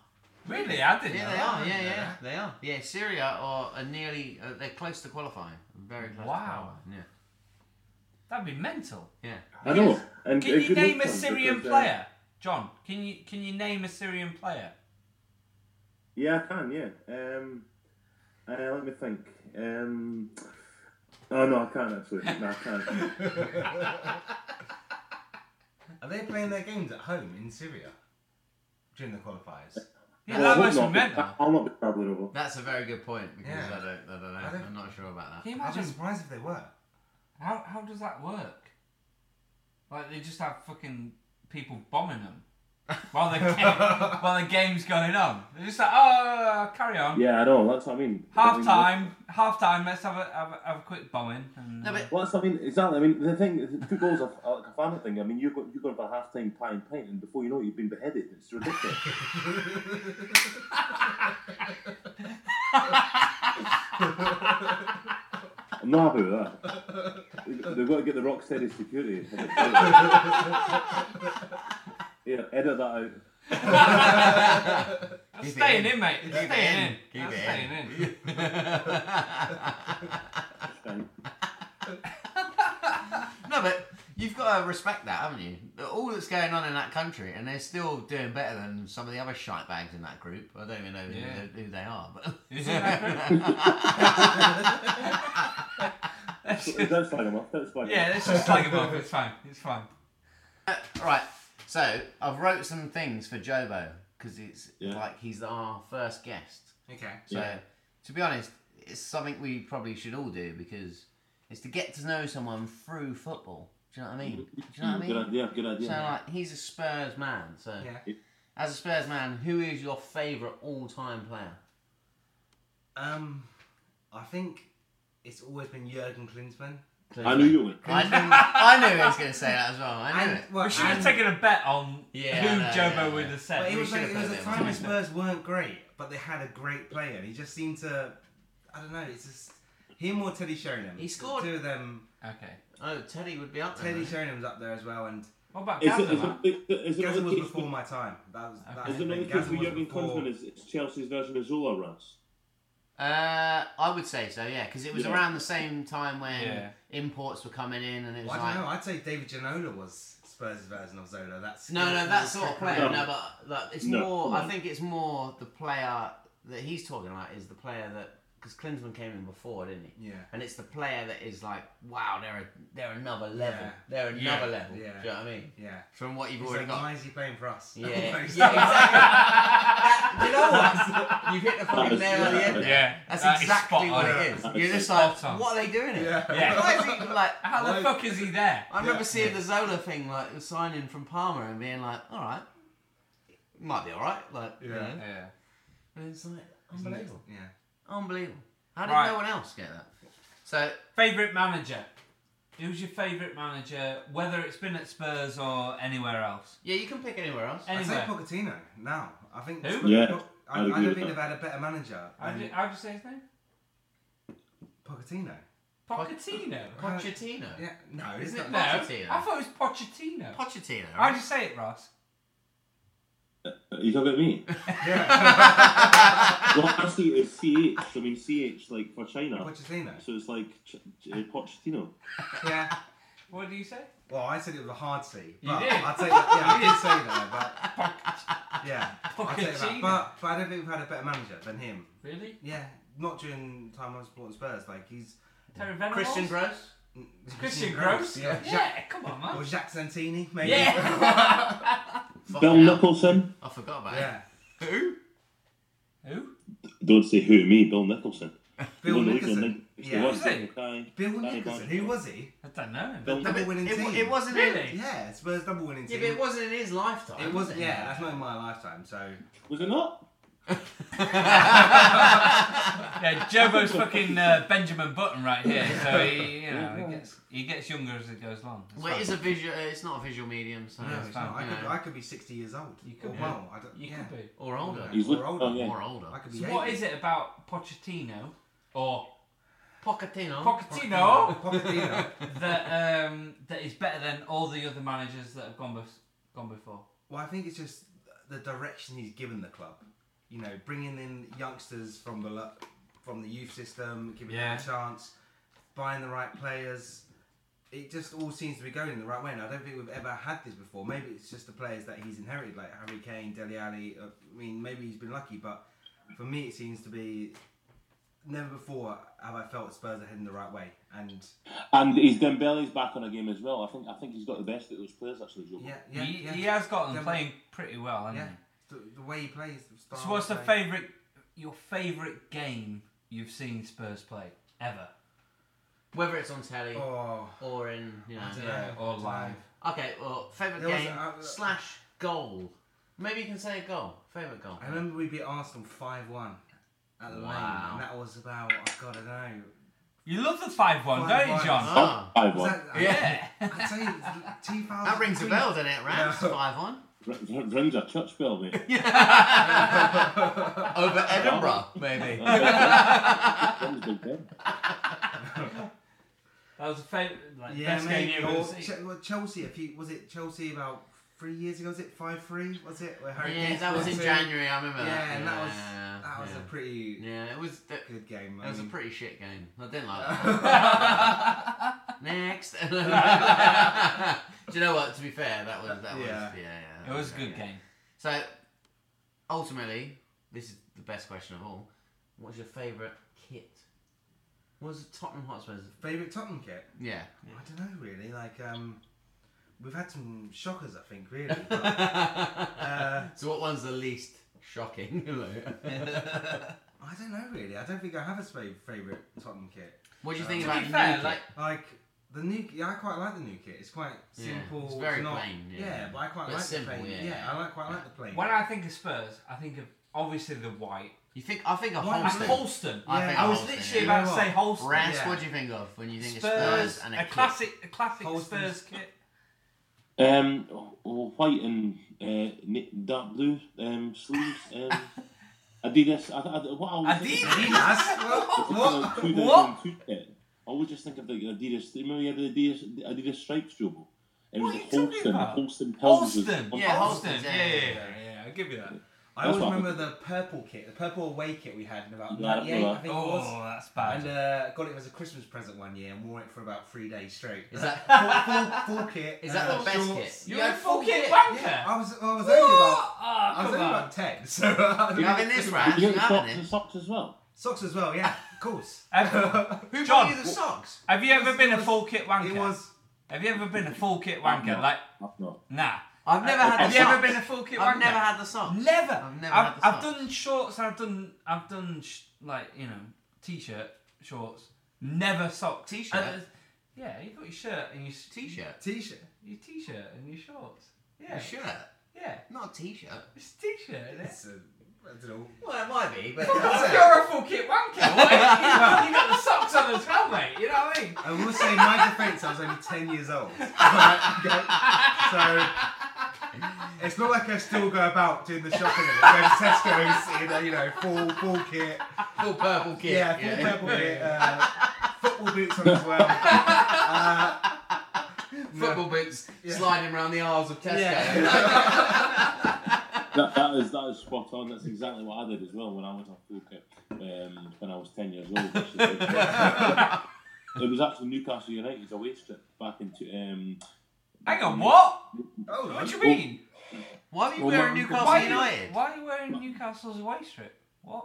Speaker 2: Really, I didn't
Speaker 4: Yeah,
Speaker 2: know.
Speaker 4: they
Speaker 2: that.
Speaker 4: are. Yeah,
Speaker 3: Yeah.
Speaker 4: yeah, they are. Yeah, Syria are, are nearly. Uh, they're close to qualifying. Very close.
Speaker 2: Wow.
Speaker 4: To qualifying.
Speaker 2: That'd be mental.
Speaker 4: Yeah.
Speaker 1: I know. And
Speaker 2: Can
Speaker 1: it
Speaker 2: you
Speaker 1: could
Speaker 2: name
Speaker 1: look
Speaker 2: a
Speaker 1: fun
Speaker 2: Syrian
Speaker 1: because, uh,
Speaker 2: player? John, can you can you name a Syrian player?
Speaker 1: Yeah, I can. Yeah. Um, uh, let me think. Um, oh no, I can't actually. No, I can't.
Speaker 3: Are they playing their games at home in Syria during the qualifiers?
Speaker 5: Well,
Speaker 2: Yeah,
Speaker 5: I
Speaker 2: that
Speaker 5: hope
Speaker 2: must be
Speaker 5: not,
Speaker 2: meant.
Speaker 5: but I'll not be travelling over.
Speaker 4: That's a very good point because
Speaker 3: Yeah.
Speaker 4: I, don't, I don't know.
Speaker 3: I don't-
Speaker 4: I'm not sure about that.
Speaker 2: Can you
Speaker 3: I'd be
Speaker 2: imagine
Speaker 3: surprised if they were.
Speaker 2: how how does that work? Like they just have fucking people bombing them while the game, while the game's going on. They're just like, oh, carry on.
Speaker 5: Yeah, I know. That's what I mean.
Speaker 2: Half time, half time. Let's have a have a, have a quick bombing. And, uh,
Speaker 4: No, but
Speaker 5: Well, that's what I mean. Exactly. I mean, the thing, the football's a, like a family thing. I mean, you're going, you're going for a half time pint, pint, and before you know it, you've been beheaded. It's ridiculous. I'm not happy with that. They- They've got to get the rock steady security. yeah, edit that out.
Speaker 2: That's
Speaker 4: Keep it
Speaker 2: staying
Speaker 4: in.
Speaker 2: in, mate. That's
Speaker 4: Keep it
Speaker 2: staying
Speaker 4: in.
Speaker 2: in.
Speaker 4: Keep
Speaker 2: That's
Speaker 4: it
Speaker 2: staying
Speaker 4: in.
Speaker 2: in.
Speaker 5: Shank.
Speaker 4: no, but you've got to respect that, haven't you? All that's going on in that country, and they're still doing better than some of the other shite bags in that group. I don't even know who,
Speaker 2: Yeah.
Speaker 4: who they are, but
Speaker 2: Is it that Let's
Speaker 5: Is
Speaker 2: just-
Speaker 5: that slag him off? That's slag him
Speaker 2: yeah,
Speaker 5: off.
Speaker 2: let's just slag him off. It's fine. It's fine.
Speaker 4: Right, so I've wrote some things for Jobo because it's
Speaker 5: Yeah.
Speaker 4: like he's our first guest.
Speaker 3: Okay.
Speaker 4: So,
Speaker 5: Yeah.
Speaker 4: to be honest, it's something we probably should all do because it's to get to know someone through football. Do you know what I mean? Do you know what I
Speaker 5: Good
Speaker 4: mean?
Speaker 5: idea. Good idea.
Speaker 4: So, like, he's a Spurs man. So,
Speaker 3: Yeah.
Speaker 4: as a Spurs man, who is your favourite all-time player?
Speaker 3: Um, I think it's always been Jurgen Klinsmann.
Speaker 5: I knew you were.
Speaker 4: I knew, I knew he was going to say that as well. I knew
Speaker 3: And,
Speaker 4: it.
Speaker 3: well,
Speaker 2: We should have
Speaker 3: and-
Speaker 2: taken a bet on
Speaker 4: Yeah,
Speaker 2: who
Speaker 4: I know,
Speaker 2: Jobo
Speaker 4: yeah,
Speaker 2: would
Speaker 4: yeah.
Speaker 2: have
Speaker 3: But
Speaker 2: said.
Speaker 3: it
Speaker 4: We
Speaker 3: was
Speaker 4: should
Speaker 3: like
Speaker 4: have
Speaker 3: it was
Speaker 4: put
Speaker 3: a
Speaker 4: them
Speaker 3: time when
Speaker 4: on.
Speaker 3: Spurs weren't great, but they had a great player. He just seemed to, I don't know. It's just him or Teddy Sheringham.
Speaker 4: He scored-
Speaker 3: The two of them.
Speaker 2: Okay.
Speaker 4: Oh, Teddy would be up there.
Speaker 3: Teddy
Speaker 4: wouldn't he?
Speaker 3: Sheringham's up there as well, and
Speaker 2: What about
Speaker 5: Is it,
Speaker 2: Gazza,
Speaker 5: is
Speaker 2: man?
Speaker 5: it, is it,
Speaker 3: Gazza
Speaker 5: another
Speaker 3: was
Speaker 5: case
Speaker 3: before my time. That was that
Speaker 5: Is
Speaker 2: Okay.
Speaker 3: was
Speaker 5: it
Speaker 3: the
Speaker 5: another
Speaker 3: thing.
Speaker 5: case
Speaker 3: Gazza
Speaker 5: with
Speaker 3: was
Speaker 5: Jurgen
Speaker 3: before-
Speaker 5: Klinsmann? Is it's Chelsea's version of Zola, Russ?
Speaker 4: Uh, I would say so, yeah, because it was
Speaker 5: Yeah.
Speaker 4: around the same time when
Speaker 2: Yeah.
Speaker 4: imports were coming in, and it was
Speaker 3: Well, I
Speaker 4: like
Speaker 3: don't know. I'd say David Ginola was Spurs' version of Zola. That's
Speaker 4: No, no, that sort of player.
Speaker 5: No.
Speaker 4: No, but like, it's
Speaker 5: No,
Speaker 4: more.
Speaker 5: come
Speaker 4: I
Speaker 5: on.
Speaker 4: think it's more the player that he's talking about is the player that because Klinsman came in before, didn't he?
Speaker 3: Yeah.
Speaker 4: And it's the player that is like, wow, they're a, they're another level.
Speaker 3: Yeah.
Speaker 4: They're
Speaker 2: Yeah.
Speaker 4: another level.
Speaker 3: Yeah.
Speaker 4: Do you know what I mean?
Speaker 3: Yeah.
Speaker 4: From what you've
Speaker 3: He's
Speaker 4: already
Speaker 3: like,
Speaker 4: got.
Speaker 3: Why is he playing for us?
Speaker 4: Yeah. yeah,
Speaker 3: Almost.
Speaker 4: exactly. That- you know what? You've hit the
Speaker 5: That
Speaker 4: fucking nail
Speaker 5: was-
Speaker 4: on the head there.
Speaker 2: Yeah,
Speaker 4: That's
Speaker 2: that is
Speaker 4: exactly
Speaker 2: spot
Speaker 4: what
Speaker 2: on.
Speaker 4: it is.
Speaker 5: That
Speaker 4: You're
Speaker 5: is
Speaker 4: just like,
Speaker 2: spot on.
Speaker 4: what are they doing it?
Speaker 3: Yeah.
Speaker 2: Yeah.
Speaker 4: Why is he like?
Speaker 2: How the
Speaker 3: Like-
Speaker 2: fuck is he there?
Speaker 4: I remember
Speaker 3: Yeah.
Speaker 4: seeing the Zola thing, like signing from Parma and being like, all right, might be all right, like, you
Speaker 3: Yeah.
Speaker 4: know.
Speaker 2: Yeah.
Speaker 4: And it's like unbelievable,
Speaker 3: Yeah.
Speaker 4: unbelievable. How did
Speaker 2: Right.
Speaker 4: no one else get that? So
Speaker 2: Favorite manager. Who's your favorite manager? Whether it's been at Spurs or anywhere else.
Speaker 4: yeah, you can pick anywhere else.
Speaker 3: I'd say
Speaker 2: Anywhere.
Speaker 3: Pochettino now. I think.
Speaker 2: Who?
Speaker 3: Spurs-
Speaker 5: Yeah,
Speaker 3: I,
Speaker 5: I'd
Speaker 3: I
Speaker 5: agree
Speaker 3: don't
Speaker 5: with
Speaker 3: think
Speaker 5: that.
Speaker 3: they've had a better manager
Speaker 2: How do
Speaker 3: than
Speaker 2: you, how do you say his name?
Speaker 3: Pochettino.
Speaker 2: Pochettino.
Speaker 4: Pochettino.
Speaker 3: Yeah, no, it's
Speaker 2: Isn't it?
Speaker 3: not.
Speaker 2: No.
Speaker 4: Pochettino.
Speaker 2: I thought it was Pochettino.
Speaker 4: Pochettino.
Speaker 2: How do
Speaker 4: Right?
Speaker 2: you say it, Ross?
Speaker 5: Are you talking about me?
Speaker 3: Yeah.
Speaker 5: well, actually, it's CH. I mean, CH, like, for China.
Speaker 3: Pochettino.
Speaker 5: So it's like Ch- Ch- Pochettino.
Speaker 3: Yeah.
Speaker 2: What do you say?
Speaker 3: Well, I said it was a hard C.
Speaker 2: You
Speaker 3: But
Speaker 2: did.
Speaker 3: I'd say that. Yeah, I did say that. But yeah, I'd say that.
Speaker 2: Pochettino.
Speaker 3: But, but I don't think we've had a better manager than him.
Speaker 2: Really?
Speaker 3: Yeah, not during time I was supporting Spurs. Like he's
Speaker 2: Terry Venables?
Speaker 4: Christian Gross.
Speaker 2: Christian Gross?
Speaker 3: Yeah. Jacques-
Speaker 2: Yeah, come on,
Speaker 3: or
Speaker 2: man.
Speaker 3: Jacques Santini, maybe.
Speaker 2: Yeah.
Speaker 5: Bill
Speaker 4: Fucking hell.
Speaker 5: Nicholson?
Speaker 4: I forgot about
Speaker 3: Yeah.
Speaker 4: it. Who?
Speaker 2: Who?
Speaker 5: Don't say who, me, Bill Nicholson.
Speaker 3: Bill
Speaker 5: Won the league in
Speaker 3: Nicholson.
Speaker 5: 1961.
Speaker 3: Yeah.
Speaker 2: Was he?
Speaker 5: Guy-
Speaker 3: Bill
Speaker 5: Guy
Speaker 3: Nicholson.
Speaker 5: Barnes.
Speaker 3: Who was he?
Speaker 2: I don't know.
Speaker 5: Bill Nicholson.
Speaker 4: No, but
Speaker 3: Double winning
Speaker 4: it, wa-
Speaker 3: team.
Speaker 4: it wasn't. in-
Speaker 2: Really?
Speaker 3: Yeah, Spurs double winning
Speaker 4: Yeah,
Speaker 3: team.
Speaker 4: but it wasn't in his lifetime.
Speaker 3: It was.
Speaker 4: was
Speaker 3: Yeah, that's not in my lifetime. So
Speaker 5: Was it not?
Speaker 2: Yeah, Jobo's fucking uh, Benjamin Button right here, so he, you know, he gets he gets younger as it goes along. It's
Speaker 4: Well, it
Speaker 2: fine.
Speaker 4: is a visual. uh, It's not a visual medium, so
Speaker 3: no,
Speaker 4: it's
Speaker 3: it's not. I
Speaker 4: fine, you
Speaker 3: could,
Speaker 4: know.
Speaker 3: I could be sixty years old.
Speaker 2: You could
Speaker 3: Or
Speaker 2: be.
Speaker 3: well, I don't.
Speaker 2: You
Speaker 3: yeah.
Speaker 2: could be.
Speaker 4: or older,
Speaker 5: He's
Speaker 3: Or
Speaker 5: look-
Speaker 3: older.
Speaker 5: oh, yeah.
Speaker 4: or older.
Speaker 3: I could be.
Speaker 2: So what
Speaker 3: 80.
Speaker 2: is it about Pochettino or
Speaker 4: Pochettino.
Speaker 2: Pochettino
Speaker 3: Oh, Pochettino.
Speaker 2: that um, that is better than all the other managers that have gone bef- gone before?
Speaker 3: Well, I think it's just the direction he's given the club. You know, bringing in youngsters from the lo- from the youth system, giving
Speaker 2: Yeah.
Speaker 3: them a chance, buying the right players. It just all seems to be going in the right way, and I don't think we've ever had this before. Maybe it's just the players that he's inherited, like Harry Kane, Deli Ali. uh, I mean, maybe he's been lucky, but for me, it seems to be never before have I felt Spurs are heading the right way. And
Speaker 5: And he's Dembele's back on a game as well. I think I think he's got the best of those players actually. Joe.
Speaker 3: yeah, yeah,
Speaker 2: he,
Speaker 3: yeah.
Speaker 2: he has got them
Speaker 3: Dem-
Speaker 2: playing pretty well, hasn't
Speaker 3: Yeah. Oh, the, the way he plays. The style
Speaker 2: So what's
Speaker 3: of
Speaker 2: the
Speaker 3: play.
Speaker 2: favourite, your favourite game you've seen Spurs play ever?
Speaker 4: Whether it's on telly
Speaker 3: Oh,
Speaker 4: or in, you know.
Speaker 3: I don't
Speaker 2: Yeah,
Speaker 3: know.
Speaker 2: or live.
Speaker 4: Okay, well, favourite
Speaker 3: There was
Speaker 4: game
Speaker 3: a- uh, a-
Speaker 4: slash goal. Maybe you can say a goal. Favourite goal.
Speaker 3: I remember we beat Arsenal five one at the
Speaker 4: Wow.
Speaker 3: lane, and that was about oh, God, I don't know.
Speaker 2: You love the 5 1, don't you,
Speaker 3: 5-1.
Speaker 2: John?
Speaker 4: Ah,
Speaker 1: I
Speaker 3: Was
Speaker 1: won.
Speaker 3: that,
Speaker 2: Yeah.
Speaker 3: I, I tell you, two thousand.
Speaker 4: that rings a bell, doesn't it, Rams?
Speaker 3: No.
Speaker 4: 5 1.
Speaker 1: Runs a church bell, mate.
Speaker 4: Over Edinburgh, maybe.
Speaker 1: Runs Big Ben.
Speaker 2: That was the favourite, like,
Speaker 3: Yeah,
Speaker 2: best
Speaker 3: maybe.
Speaker 2: game you've
Speaker 3: or
Speaker 2: ever seen.
Speaker 3: Che- well, Chelsea. A few, was it Chelsea about three years ago? Was it five three? Was it? Where Harry
Speaker 4: yeah,
Speaker 3: Kane
Speaker 4: that was in
Speaker 3: scored two?
Speaker 4: January, I remember
Speaker 3: Yeah,
Speaker 4: that.
Speaker 3: and that was
Speaker 4: yeah,
Speaker 3: that was
Speaker 4: yeah.
Speaker 3: a pretty
Speaker 4: Yeah, it was. That,
Speaker 3: good game.
Speaker 4: that
Speaker 3: I
Speaker 4: was a
Speaker 3: mean.
Speaker 4: pretty shit game. I didn't like that. one. Next. Do you know what? To be fair, that was that was yeah
Speaker 3: Yeah.
Speaker 4: yeah. that
Speaker 2: It was a good
Speaker 4: yeah.
Speaker 2: game.
Speaker 4: So, ultimately, this is the best question of all. What's your favourite kit? What was Tottenham Hotspur's?
Speaker 3: Favorite Tottenham kit?
Speaker 4: Yeah.
Speaker 3: I don't know really. Like um, we've had some shockers, I think. Really. But, uh,
Speaker 4: so what one's the least shocking?
Speaker 3: I don't know really. I don't think I have a sp- favorite Tottenham kit.
Speaker 4: what do you
Speaker 3: Uh,
Speaker 4: think
Speaker 2: To
Speaker 4: about
Speaker 2: be
Speaker 4: the
Speaker 2: fair,
Speaker 4: new
Speaker 2: like,
Speaker 4: kit?
Speaker 3: Like the new, yeah, I quite like the new kit. It's quite
Speaker 4: Yeah,
Speaker 3: simple.
Speaker 4: it's very
Speaker 3: not-
Speaker 4: plain, yeah.
Speaker 3: but I quite
Speaker 4: But
Speaker 3: like
Speaker 4: simple,
Speaker 3: the plain.
Speaker 4: yeah.
Speaker 3: Yeah. I like quite like the plain.
Speaker 2: when I think of Spurs, I think of obviously the white.
Speaker 4: You think? I think a
Speaker 3: Why-
Speaker 2: And
Speaker 4: Holstein.
Speaker 2: Holston.
Speaker 4: I
Speaker 3: Yeah.
Speaker 4: think a
Speaker 2: I was
Speaker 4: Holstein,
Speaker 2: literally
Speaker 4: yeah.
Speaker 2: about
Speaker 3: You
Speaker 2: to
Speaker 3: know
Speaker 2: say Holston.
Speaker 4: Rance,
Speaker 3: Yeah.
Speaker 4: what do you think of when you think
Speaker 2: Spurs,
Speaker 4: of Spurs and a,
Speaker 2: a
Speaker 4: kit?
Speaker 2: classic, a classic
Speaker 3: Holston's-
Speaker 2: Spurs kit.
Speaker 1: Um, oh, white and uh, ni- dark blue um, sleeves. Um, Adidas. I, I, what I always think of-
Speaker 3: Adidas? What?
Speaker 1: It's
Speaker 3: What?
Speaker 1: kind of
Speaker 2: What?
Speaker 1: 2002 kit. I always just think of the Adidas. Remember, you had the Adidas, the Adidas stripes, Jobo. It was
Speaker 2: What
Speaker 1: the
Speaker 2: are you talking
Speaker 1: Holston,
Speaker 2: about?
Speaker 1: Holston Pelvis was
Speaker 2: Holston.
Speaker 1: on
Speaker 2: Yeah,
Speaker 1: top.
Speaker 2: Holston.
Speaker 4: Holston,
Speaker 2: Yeah,
Speaker 4: yeah,
Speaker 2: yeah,
Speaker 4: yeah,
Speaker 2: yeah, yeah. I'll give you that.
Speaker 3: I
Speaker 1: That's
Speaker 3: always
Speaker 1: what I
Speaker 3: remember the purple kit, the purple away kit we had in about
Speaker 1: Yeah, I
Speaker 3: 98, I
Speaker 1: remember
Speaker 3: think it was.
Speaker 2: Oh, that's
Speaker 3: And
Speaker 2: bad.
Speaker 3: uh, got it as a Christmas present one year and wore it for about three days straight.
Speaker 4: Is that-
Speaker 3: full, full, full kit?
Speaker 4: Is that
Speaker 3: uh,
Speaker 4: the best
Speaker 3: shorts.
Speaker 4: kit?
Speaker 2: You're
Speaker 4: You
Speaker 2: a
Speaker 4: had full
Speaker 2: fucking
Speaker 4: kit.
Speaker 2: wanker.
Speaker 3: Yeah, I was. I was
Speaker 2: What?
Speaker 3: only about.
Speaker 2: Ah,
Speaker 3: I was
Speaker 2: come
Speaker 3: only
Speaker 2: on.
Speaker 3: about ten. So I
Speaker 4: You having this, Rance?
Speaker 1: You
Speaker 4: You
Speaker 1: got the socks
Speaker 4: having
Speaker 1: and
Speaker 4: this?
Speaker 1: socks as well.
Speaker 3: socks as well. Yeah, of course.
Speaker 2: Um,
Speaker 4: Who
Speaker 2: John,
Speaker 4: bought you the socks?
Speaker 2: Have you ever
Speaker 3: It
Speaker 2: been a
Speaker 3: was-
Speaker 2: full kit wanker?
Speaker 3: It was.
Speaker 2: Have you ever been a full kit wanker?
Speaker 1: No.
Speaker 2: Like,
Speaker 1: I've not.
Speaker 2: nah.
Speaker 4: I've never had.
Speaker 2: Uh, Have
Speaker 4: the
Speaker 2: you
Speaker 4: socks.
Speaker 2: ever been a full kit wanker?
Speaker 4: I've never had the socks.
Speaker 2: Never.
Speaker 4: I've never
Speaker 2: I've,
Speaker 4: had the
Speaker 2: I've
Speaker 4: socks.
Speaker 2: done shorts. I've done. I've done sh- like you know, t-shirt shorts. Never socks.
Speaker 4: T-shirt?
Speaker 2: And it's- yeah, you got your shirt and your s-
Speaker 4: T-shirt.
Speaker 3: T-shirt.
Speaker 2: Your t-shirt and your shorts. Yeah.
Speaker 4: A shirt.
Speaker 2: Yeah.
Speaker 4: Not a T-shirt.
Speaker 2: It's a t-shirt. Isn't it?
Speaker 3: It's a, I don't know.
Speaker 4: Well, it might be, but
Speaker 3: That's it.
Speaker 2: You're a full kit wanker. What? you, you got the socks on as well, mate. You know what I mean?
Speaker 3: I will say, in my defence, I was only ten years old. Right, okay? So it's not like I still go about doing the shopping and go to Tesco's in a, you know full full kit.
Speaker 4: full purple kit.
Speaker 3: Yeah, full purple kit. Uh, football boots on as well. Uh, no.
Speaker 4: Football boots
Speaker 3: Yeah.
Speaker 4: sliding around the aisles of Tesco.
Speaker 3: Yeah.
Speaker 1: That, that is that is spot on. That's exactly what I did as well when I was on full kit um, when I was ten years old. which is- it was actually Newcastle United's away trip back in two, um,
Speaker 2: Hang on. What?
Speaker 3: Hold on.
Speaker 2: What do you mean?
Speaker 4: Why were you
Speaker 1: Well,
Speaker 4: wearing
Speaker 1: my-
Speaker 4: Newcastle
Speaker 2: Why are you,
Speaker 4: United?
Speaker 2: why are you wearing Newcastle's away strip? What?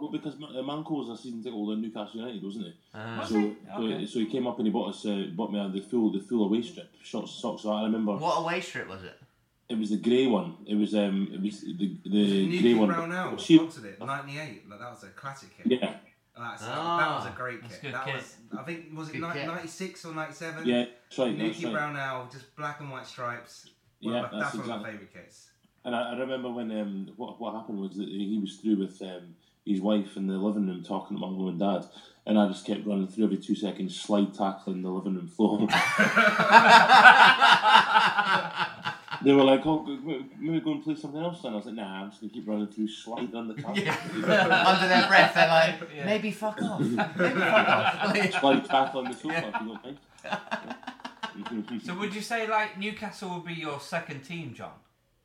Speaker 1: Well, because my, uh, Manco was a season ticket holder in Newcastle United, wasn't he?
Speaker 4: Uh,
Speaker 2: Was
Speaker 1: so,
Speaker 2: he?
Speaker 1: so,
Speaker 2: Okay.
Speaker 1: so he came up and he bought us uh, bought me uh, the full the full away strip shorts socks. So I remember
Speaker 4: what away strip was it?
Speaker 1: it was the grey one. It was um it was the the
Speaker 3: New
Speaker 1: grey
Speaker 3: Kid
Speaker 1: one.
Speaker 3: Brownell
Speaker 1: She-
Speaker 3: sponsored it. Ninety-eight. Like, that was a classic kit.
Speaker 1: yeah,
Speaker 3: That's, that
Speaker 4: Ah,
Speaker 3: was a great
Speaker 2: that's
Speaker 3: kit.
Speaker 2: good
Speaker 3: That
Speaker 2: kit.
Speaker 3: was. I think was it
Speaker 4: Good
Speaker 3: ni-
Speaker 4: kit.
Speaker 3: ninety-six or ninety-seven?
Speaker 1: yeah, that's right.
Speaker 3: Nuki
Speaker 1: That's right.
Speaker 3: Brown Owl, just black and white stripes. One
Speaker 1: Yeah,
Speaker 3: of my,
Speaker 1: that's
Speaker 3: that's, one of my
Speaker 1: exactly-
Speaker 3: favourite kits.
Speaker 1: And I, I remember when um, what what happened was that he was through with um, his wife in the living room talking to my mum and dad, and I just kept running through every two seconds, slide tackling the living room floor. they were like, "Oh, g- g- maybe go and play something else." And I was like, "Nah, I'm just gonna keep running through, slide on the tackle,
Speaker 4: Under their breath, they're like,
Speaker 2: Yeah.
Speaker 4: maybe fuck off. Maybe fuck off. Like,
Speaker 1: slide tackle on the sofa if you don't mind."
Speaker 2: So would you say like Newcastle would be your second team, John?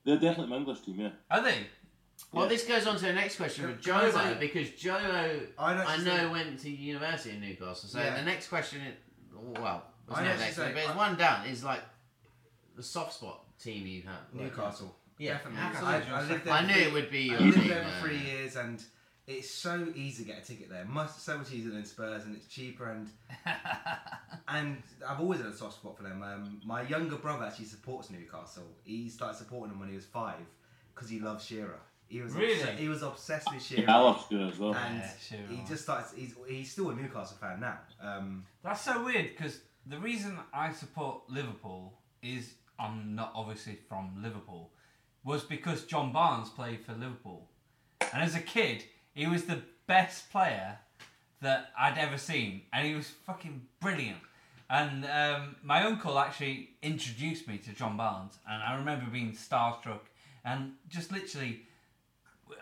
Speaker 1: They're definitely my English team, yeah.
Speaker 2: Are they?
Speaker 4: Well,
Speaker 1: Yeah.
Speaker 4: this goes on to the next question with
Speaker 3: Can I
Speaker 4: Jomo
Speaker 3: say-
Speaker 4: because Jomo,
Speaker 3: I'd
Speaker 4: I
Speaker 3: actually
Speaker 4: know,
Speaker 3: say-
Speaker 4: went to university in Newcastle. So
Speaker 3: Yeah.
Speaker 4: the next question, is, well, it's
Speaker 3: I'd
Speaker 4: not
Speaker 3: actually
Speaker 4: next, one,
Speaker 3: say-
Speaker 4: but it's
Speaker 3: I-
Speaker 4: one down. Is like the soft spot team you have. like-
Speaker 3: Newcastle.
Speaker 4: Yeah,
Speaker 3: definitely.
Speaker 4: absolutely.
Speaker 3: I, I lived there
Speaker 4: I
Speaker 3: for
Speaker 4: knew
Speaker 3: three-
Speaker 4: it would be
Speaker 3: I
Speaker 4: your
Speaker 3: lived
Speaker 4: team. uh,
Speaker 3: there for three
Speaker 4: yeah.
Speaker 3: years, and it's so easy to get a ticket there. Much so much easier than Spurs, and it's cheaper. And and I've always had a soft spot for them. Um, my younger brother actually supports Newcastle. He started supporting them when he was five because he loves Shearer. He- He was
Speaker 2: Really?
Speaker 3: obse- he was obsessed with Shearer.
Speaker 1: Yeah, I love Shearer as well.
Speaker 3: and
Speaker 2: Yeah, Shearer.
Speaker 3: he just starts. He's, he's still a Newcastle fan now. Um,
Speaker 2: That's so weird because the reason I support Liverpool is I'm not obviously from Liverpool, was because John Barnes played for Liverpool, and as a kid he was the best player that I'd ever seen, and he was fucking brilliant. And um, my uncle actually introduced me to John Barnes, and I remember being starstruck and just literally,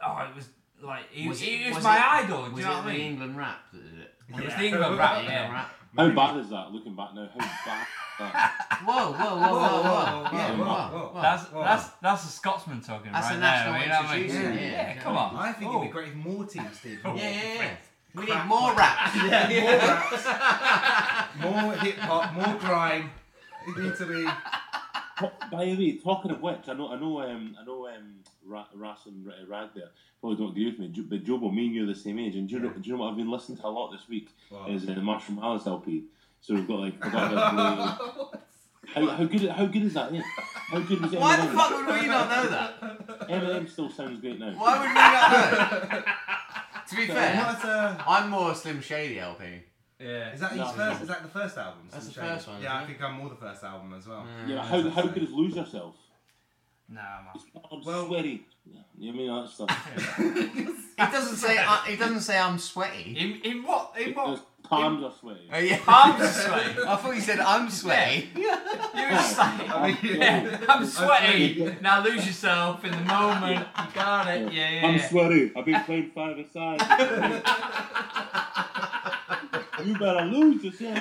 Speaker 2: oh, it was like he was, he was, my idol. Do
Speaker 4: Was
Speaker 2: you know
Speaker 4: it
Speaker 2: what I
Speaker 4: the
Speaker 2: mean?
Speaker 4: England rap that did it?
Speaker 2: It was
Speaker 3: Yeah.
Speaker 2: the England
Speaker 4: That
Speaker 2: rap,
Speaker 4: England
Speaker 2: yeah.
Speaker 4: rap.
Speaker 1: How bad is that? Looking back now, how bad? Is that?
Speaker 4: Whoa, whoa, whoa, whoa, whoa,
Speaker 3: whoa, whoa,
Speaker 4: Yeah,
Speaker 3: whoa,
Speaker 4: whoa,
Speaker 3: whoa.
Speaker 4: whoa.
Speaker 2: That's
Speaker 3: Well-
Speaker 2: that's that's a Scotsman talking
Speaker 4: That's
Speaker 2: right
Speaker 4: a
Speaker 2: now.
Speaker 4: national
Speaker 2: you know what I mean?
Speaker 4: introduction,
Speaker 2: Yeah,
Speaker 4: yeah.
Speaker 2: come on.
Speaker 3: I think
Speaker 2: Oh.
Speaker 3: it'd be great if more teams did. more
Speaker 4: Yeah, Ah. Oh. yeah, yeah. We need
Speaker 3: Crap.
Speaker 4: more rap.
Speaker 3: Yeah, more raps, more hip hop, more grime. It needs to be.
Speaker 1: Ta- By the way, talking of which, I know, I know, um, I know, um, Ra- Ras and Ra- Rag there probably don't agree with me, Ju- but Jobo, me and you are the same age, and do you, know,
Speaker 3: Yeah.
Speaker 1: do you know what I've been listening to a lot this week
Speaker 3: Wow.
Speaker 1: is uh, the Mushroom Alice LP. So we've got like, we've got, like how, how good, how good is that? Yeah? How good was
Speaker 4: Why the
Speaker 1: Eminem?
Speaker 4: fuck would we not know that?
Speaker 1: Eminem still sounds great now.
Speaker 4: Why would we not know? to be fair,
Speaker 3: What, uh,
Speaker 4: I'm more Slim Shady LP.
Speaker 2: Oh. Yeah.
Speaker 3: Is that his
Speaker 1: No,
Speaker 3: first?
Speaker 1: no.
Speaker 3: Is that the first album?
Speaker 4: That's
Speaker 3: Some
Speaker 4: the
Speaker 3: shade.
Speaker 4: first one,
Speaker 3: Yeah, I
Speaker 4: isn't it?
Speaker 3: think I'm more the first album as well.
Speaker 1: Yeah, how, how good is Lose Yourself?
Speaker 2: No, man.
Speaker 1: I'm
Speaker 3: Well-
Speaker 1: sweaty. You mean all that stuff?
Speaker 4: He doesn't say. I he doesn't say I'm sweaty.
Speaker 2: In, in what in
Speaker 1: Because
Speaker 2: what
Speaker 1: palms are sweaty.
Speaker 4: Oh, yeah.
Speaker 2: I'm sweaty.
Speaker 4: I thought you said I'm sweaty.
Speaker 2: You were just like,
Speaker 3: I mean,
Speaker 2: yeah, I'm sweaty. now lose yourself in the moment. You got it. Yeah, yeah.
Speaker 1: I'm
Speaker 2: yeah.
Speaker 1: sweaty. I've been playing five aside. you better lose yourself.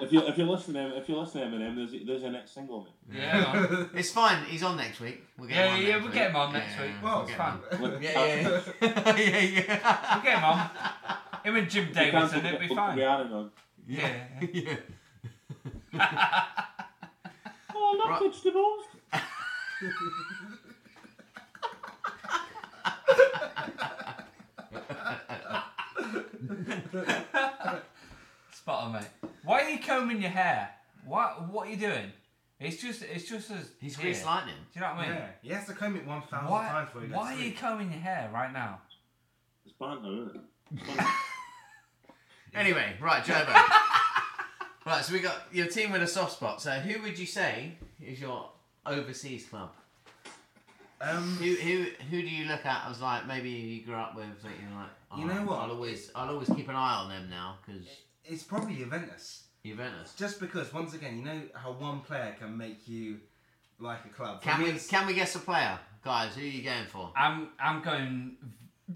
Speaker 1: if you if you're listening if you're listening to Eminem, there's there's your next single. mate.
Speaker 2: Yeah, man.
Speaker 4: It's fine. He's on next week. We'll get him
Speaker 2: yeah,
Speaker 4: on
Speaker 2: yeah,
Speaker 4: next
Speaker 2: We'll
Speaker 4: week.
Speaker 2: get him on next
Speaker 4: Yeah,
Speaker 2: week.
Speaker 4: yeah,
Speaker 3: Well,
Speaker 4: we'll
Speaker 3: it's
Speaker 4: get him
Speaker 3: fun.
Speaker 4: on.
Speaker 1: Look,
Speaker 4: Yeah, yeah, yeah, yeah,
Speaker 2: We'll get him on. Him and Jim
Speaker 1: you can't
Speaker 2: Davidson, it'd be
Speaker 1: put
Speaker 2: fine.
Speaker 1: Rihanna on.
Speaker 2: Yeah.
Speaker 4: yeah.
Speaker 1: Oh, not
Speaker 4: Right.
Speaker 1: vegetables.
Speaker 2: Spot on, mate. Why are you combing your hair? What What are you doing? It's just it's just as
Speaker 4: He's
Speaker 2: here.
Speaker 4: Grease Lightning.
Speaker 2: Do you know what I mean?
Speaker 3: yeah. He has to comb it one thousand
Speaker 2: Why,
Speaker 3: times before he goes
Speaker 2: why
Speaker 3: to
Speaker 2: are you
Speaker 3: sleep.
Speaker 2: combing your hair right now?
Speaker 1: It's banter, isn't it?
Speaker 4: Anyway, right, Jobo. right, so we got your team with a soft spot. So who would you say is your overseas club?
Speaker 3: Um,
Speaker 4: Who who who do you look at as like maybe you grew up with that you're like? Oh,
Speaker 3: You know what?
Speaker 4: I'll always I'll always keep an eye on them now because
Speaker 3: it's probably Juventus.
Speaker 4: Juventus.
Speaker 3: Just because, once again, you know how one player can make you like a club. For
Speaker 4: Can
Speaker 3: me,
Speaker 4: we
Speaker 3: it's-
Speaker 4: can we guess a player, guys? Who are you going for?
Speaker 2: I'm I'm going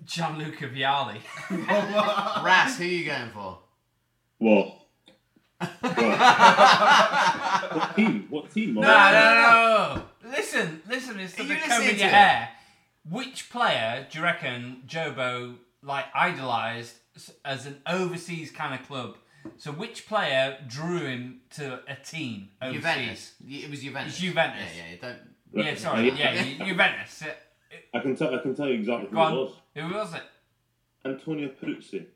Speaker 2: Gianluca Vialli.
Speaker 4: Ras, who are you going for?
Speaker 1: What? what? what team? What team?
Speaker 2: no,
Speaker 1: Mark?
Speaker 2: no, no. Listen, listen. It's
Speaker 4: Are
Speaker 2: the
Speaker 4: you
Speaker 2: comb
Speaker 4: listening
Speaker 2: in your
Speaker 4: to
Speaker 2: hair. Which player do you reckon Jobo like idolised s- as an overseas kind of club? So which player drew him to a team overseas?
Speaker 4: Juventus. Y- It was Juventus.
Speaker 2: It's Juventus.
Speaker 4: Yeah, yeah. you Don't.
Speaker 2: Yeah, sorry. Yeah, Ju- Juventus. Yeah.
Speaker 1: I can tell. I can tell you exactly
Speaker 2: Go
Speaker 1: who it
Speaker 2: on.
Speaker 1: was.
Speaker 2: Who was it?
Speaker 1: Antonio Peruzzi.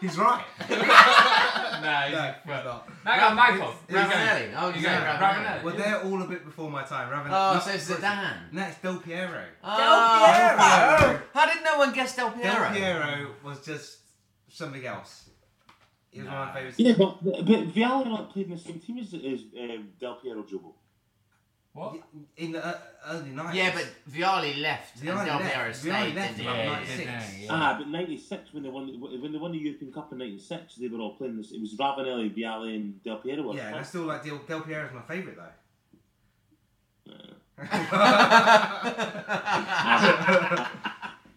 Speaker 3: He's right.
Speaker 2: No, he's a
Speaker 3: No, he's
Speaker 2: well,
Speaker 3: not.
Speaker 2: Now go, Michael.
Speaker 3: It's-
Speaker 2: Who you going?
Speaker 4: Ravanelli. Oh, I would
Speaker 2: You
Speaker 4: say
Speaker 2: go,
Speaker 4: Ravanelli.
Speaker 2: Ravanelli.
Speaker 3: Well, they're all a bit before my time. Raven-
Speaker 4: Oh,
Speaker 3: not-
Speaker 4: so Zidane.
Speaker 3: No, it's Del Piero.
Speaker 4: Oh,
Speaker 3: Piero.
Speaker 4: fuck. How did no one guess Del Piero?
Speaker 3: Del Piero was just something else. He was one of my favourites.
Speaker 1: Yeah, but, but Vialli not played in the same team as, as um, Del Piero Jobo.
Speaker 2: What?
Speaker 3: In the uh, early 90s.
Speaker 4: Yeah, but Vialli left
Speaker 3: Vialli
Speaker 4: and Del
Speaker 3: left.
Speaker 4: Piero
Speaker 3: Vialli
Speaker 4: stayed,
Speaker 3: left
Speaker 4: didn't
Speaker 3: about
Speaker 4: he?
Speaker 2: Yeah,
Speaker 4: Yeah,
Speaker 2: he did,
Speaker 3: 96.
Speaker 2: didn't he? Yeah.
Speaker 1: Ah, but '96 when they won the when they won the European Cup in '96, they were all playing this. It was Ravanelli, Vialli, and Del Piero. wasn't
Speaker 3: Yeah,
Speaker 1: it?
Speaker 3: and I still like Del, Del Piero's my favourite though.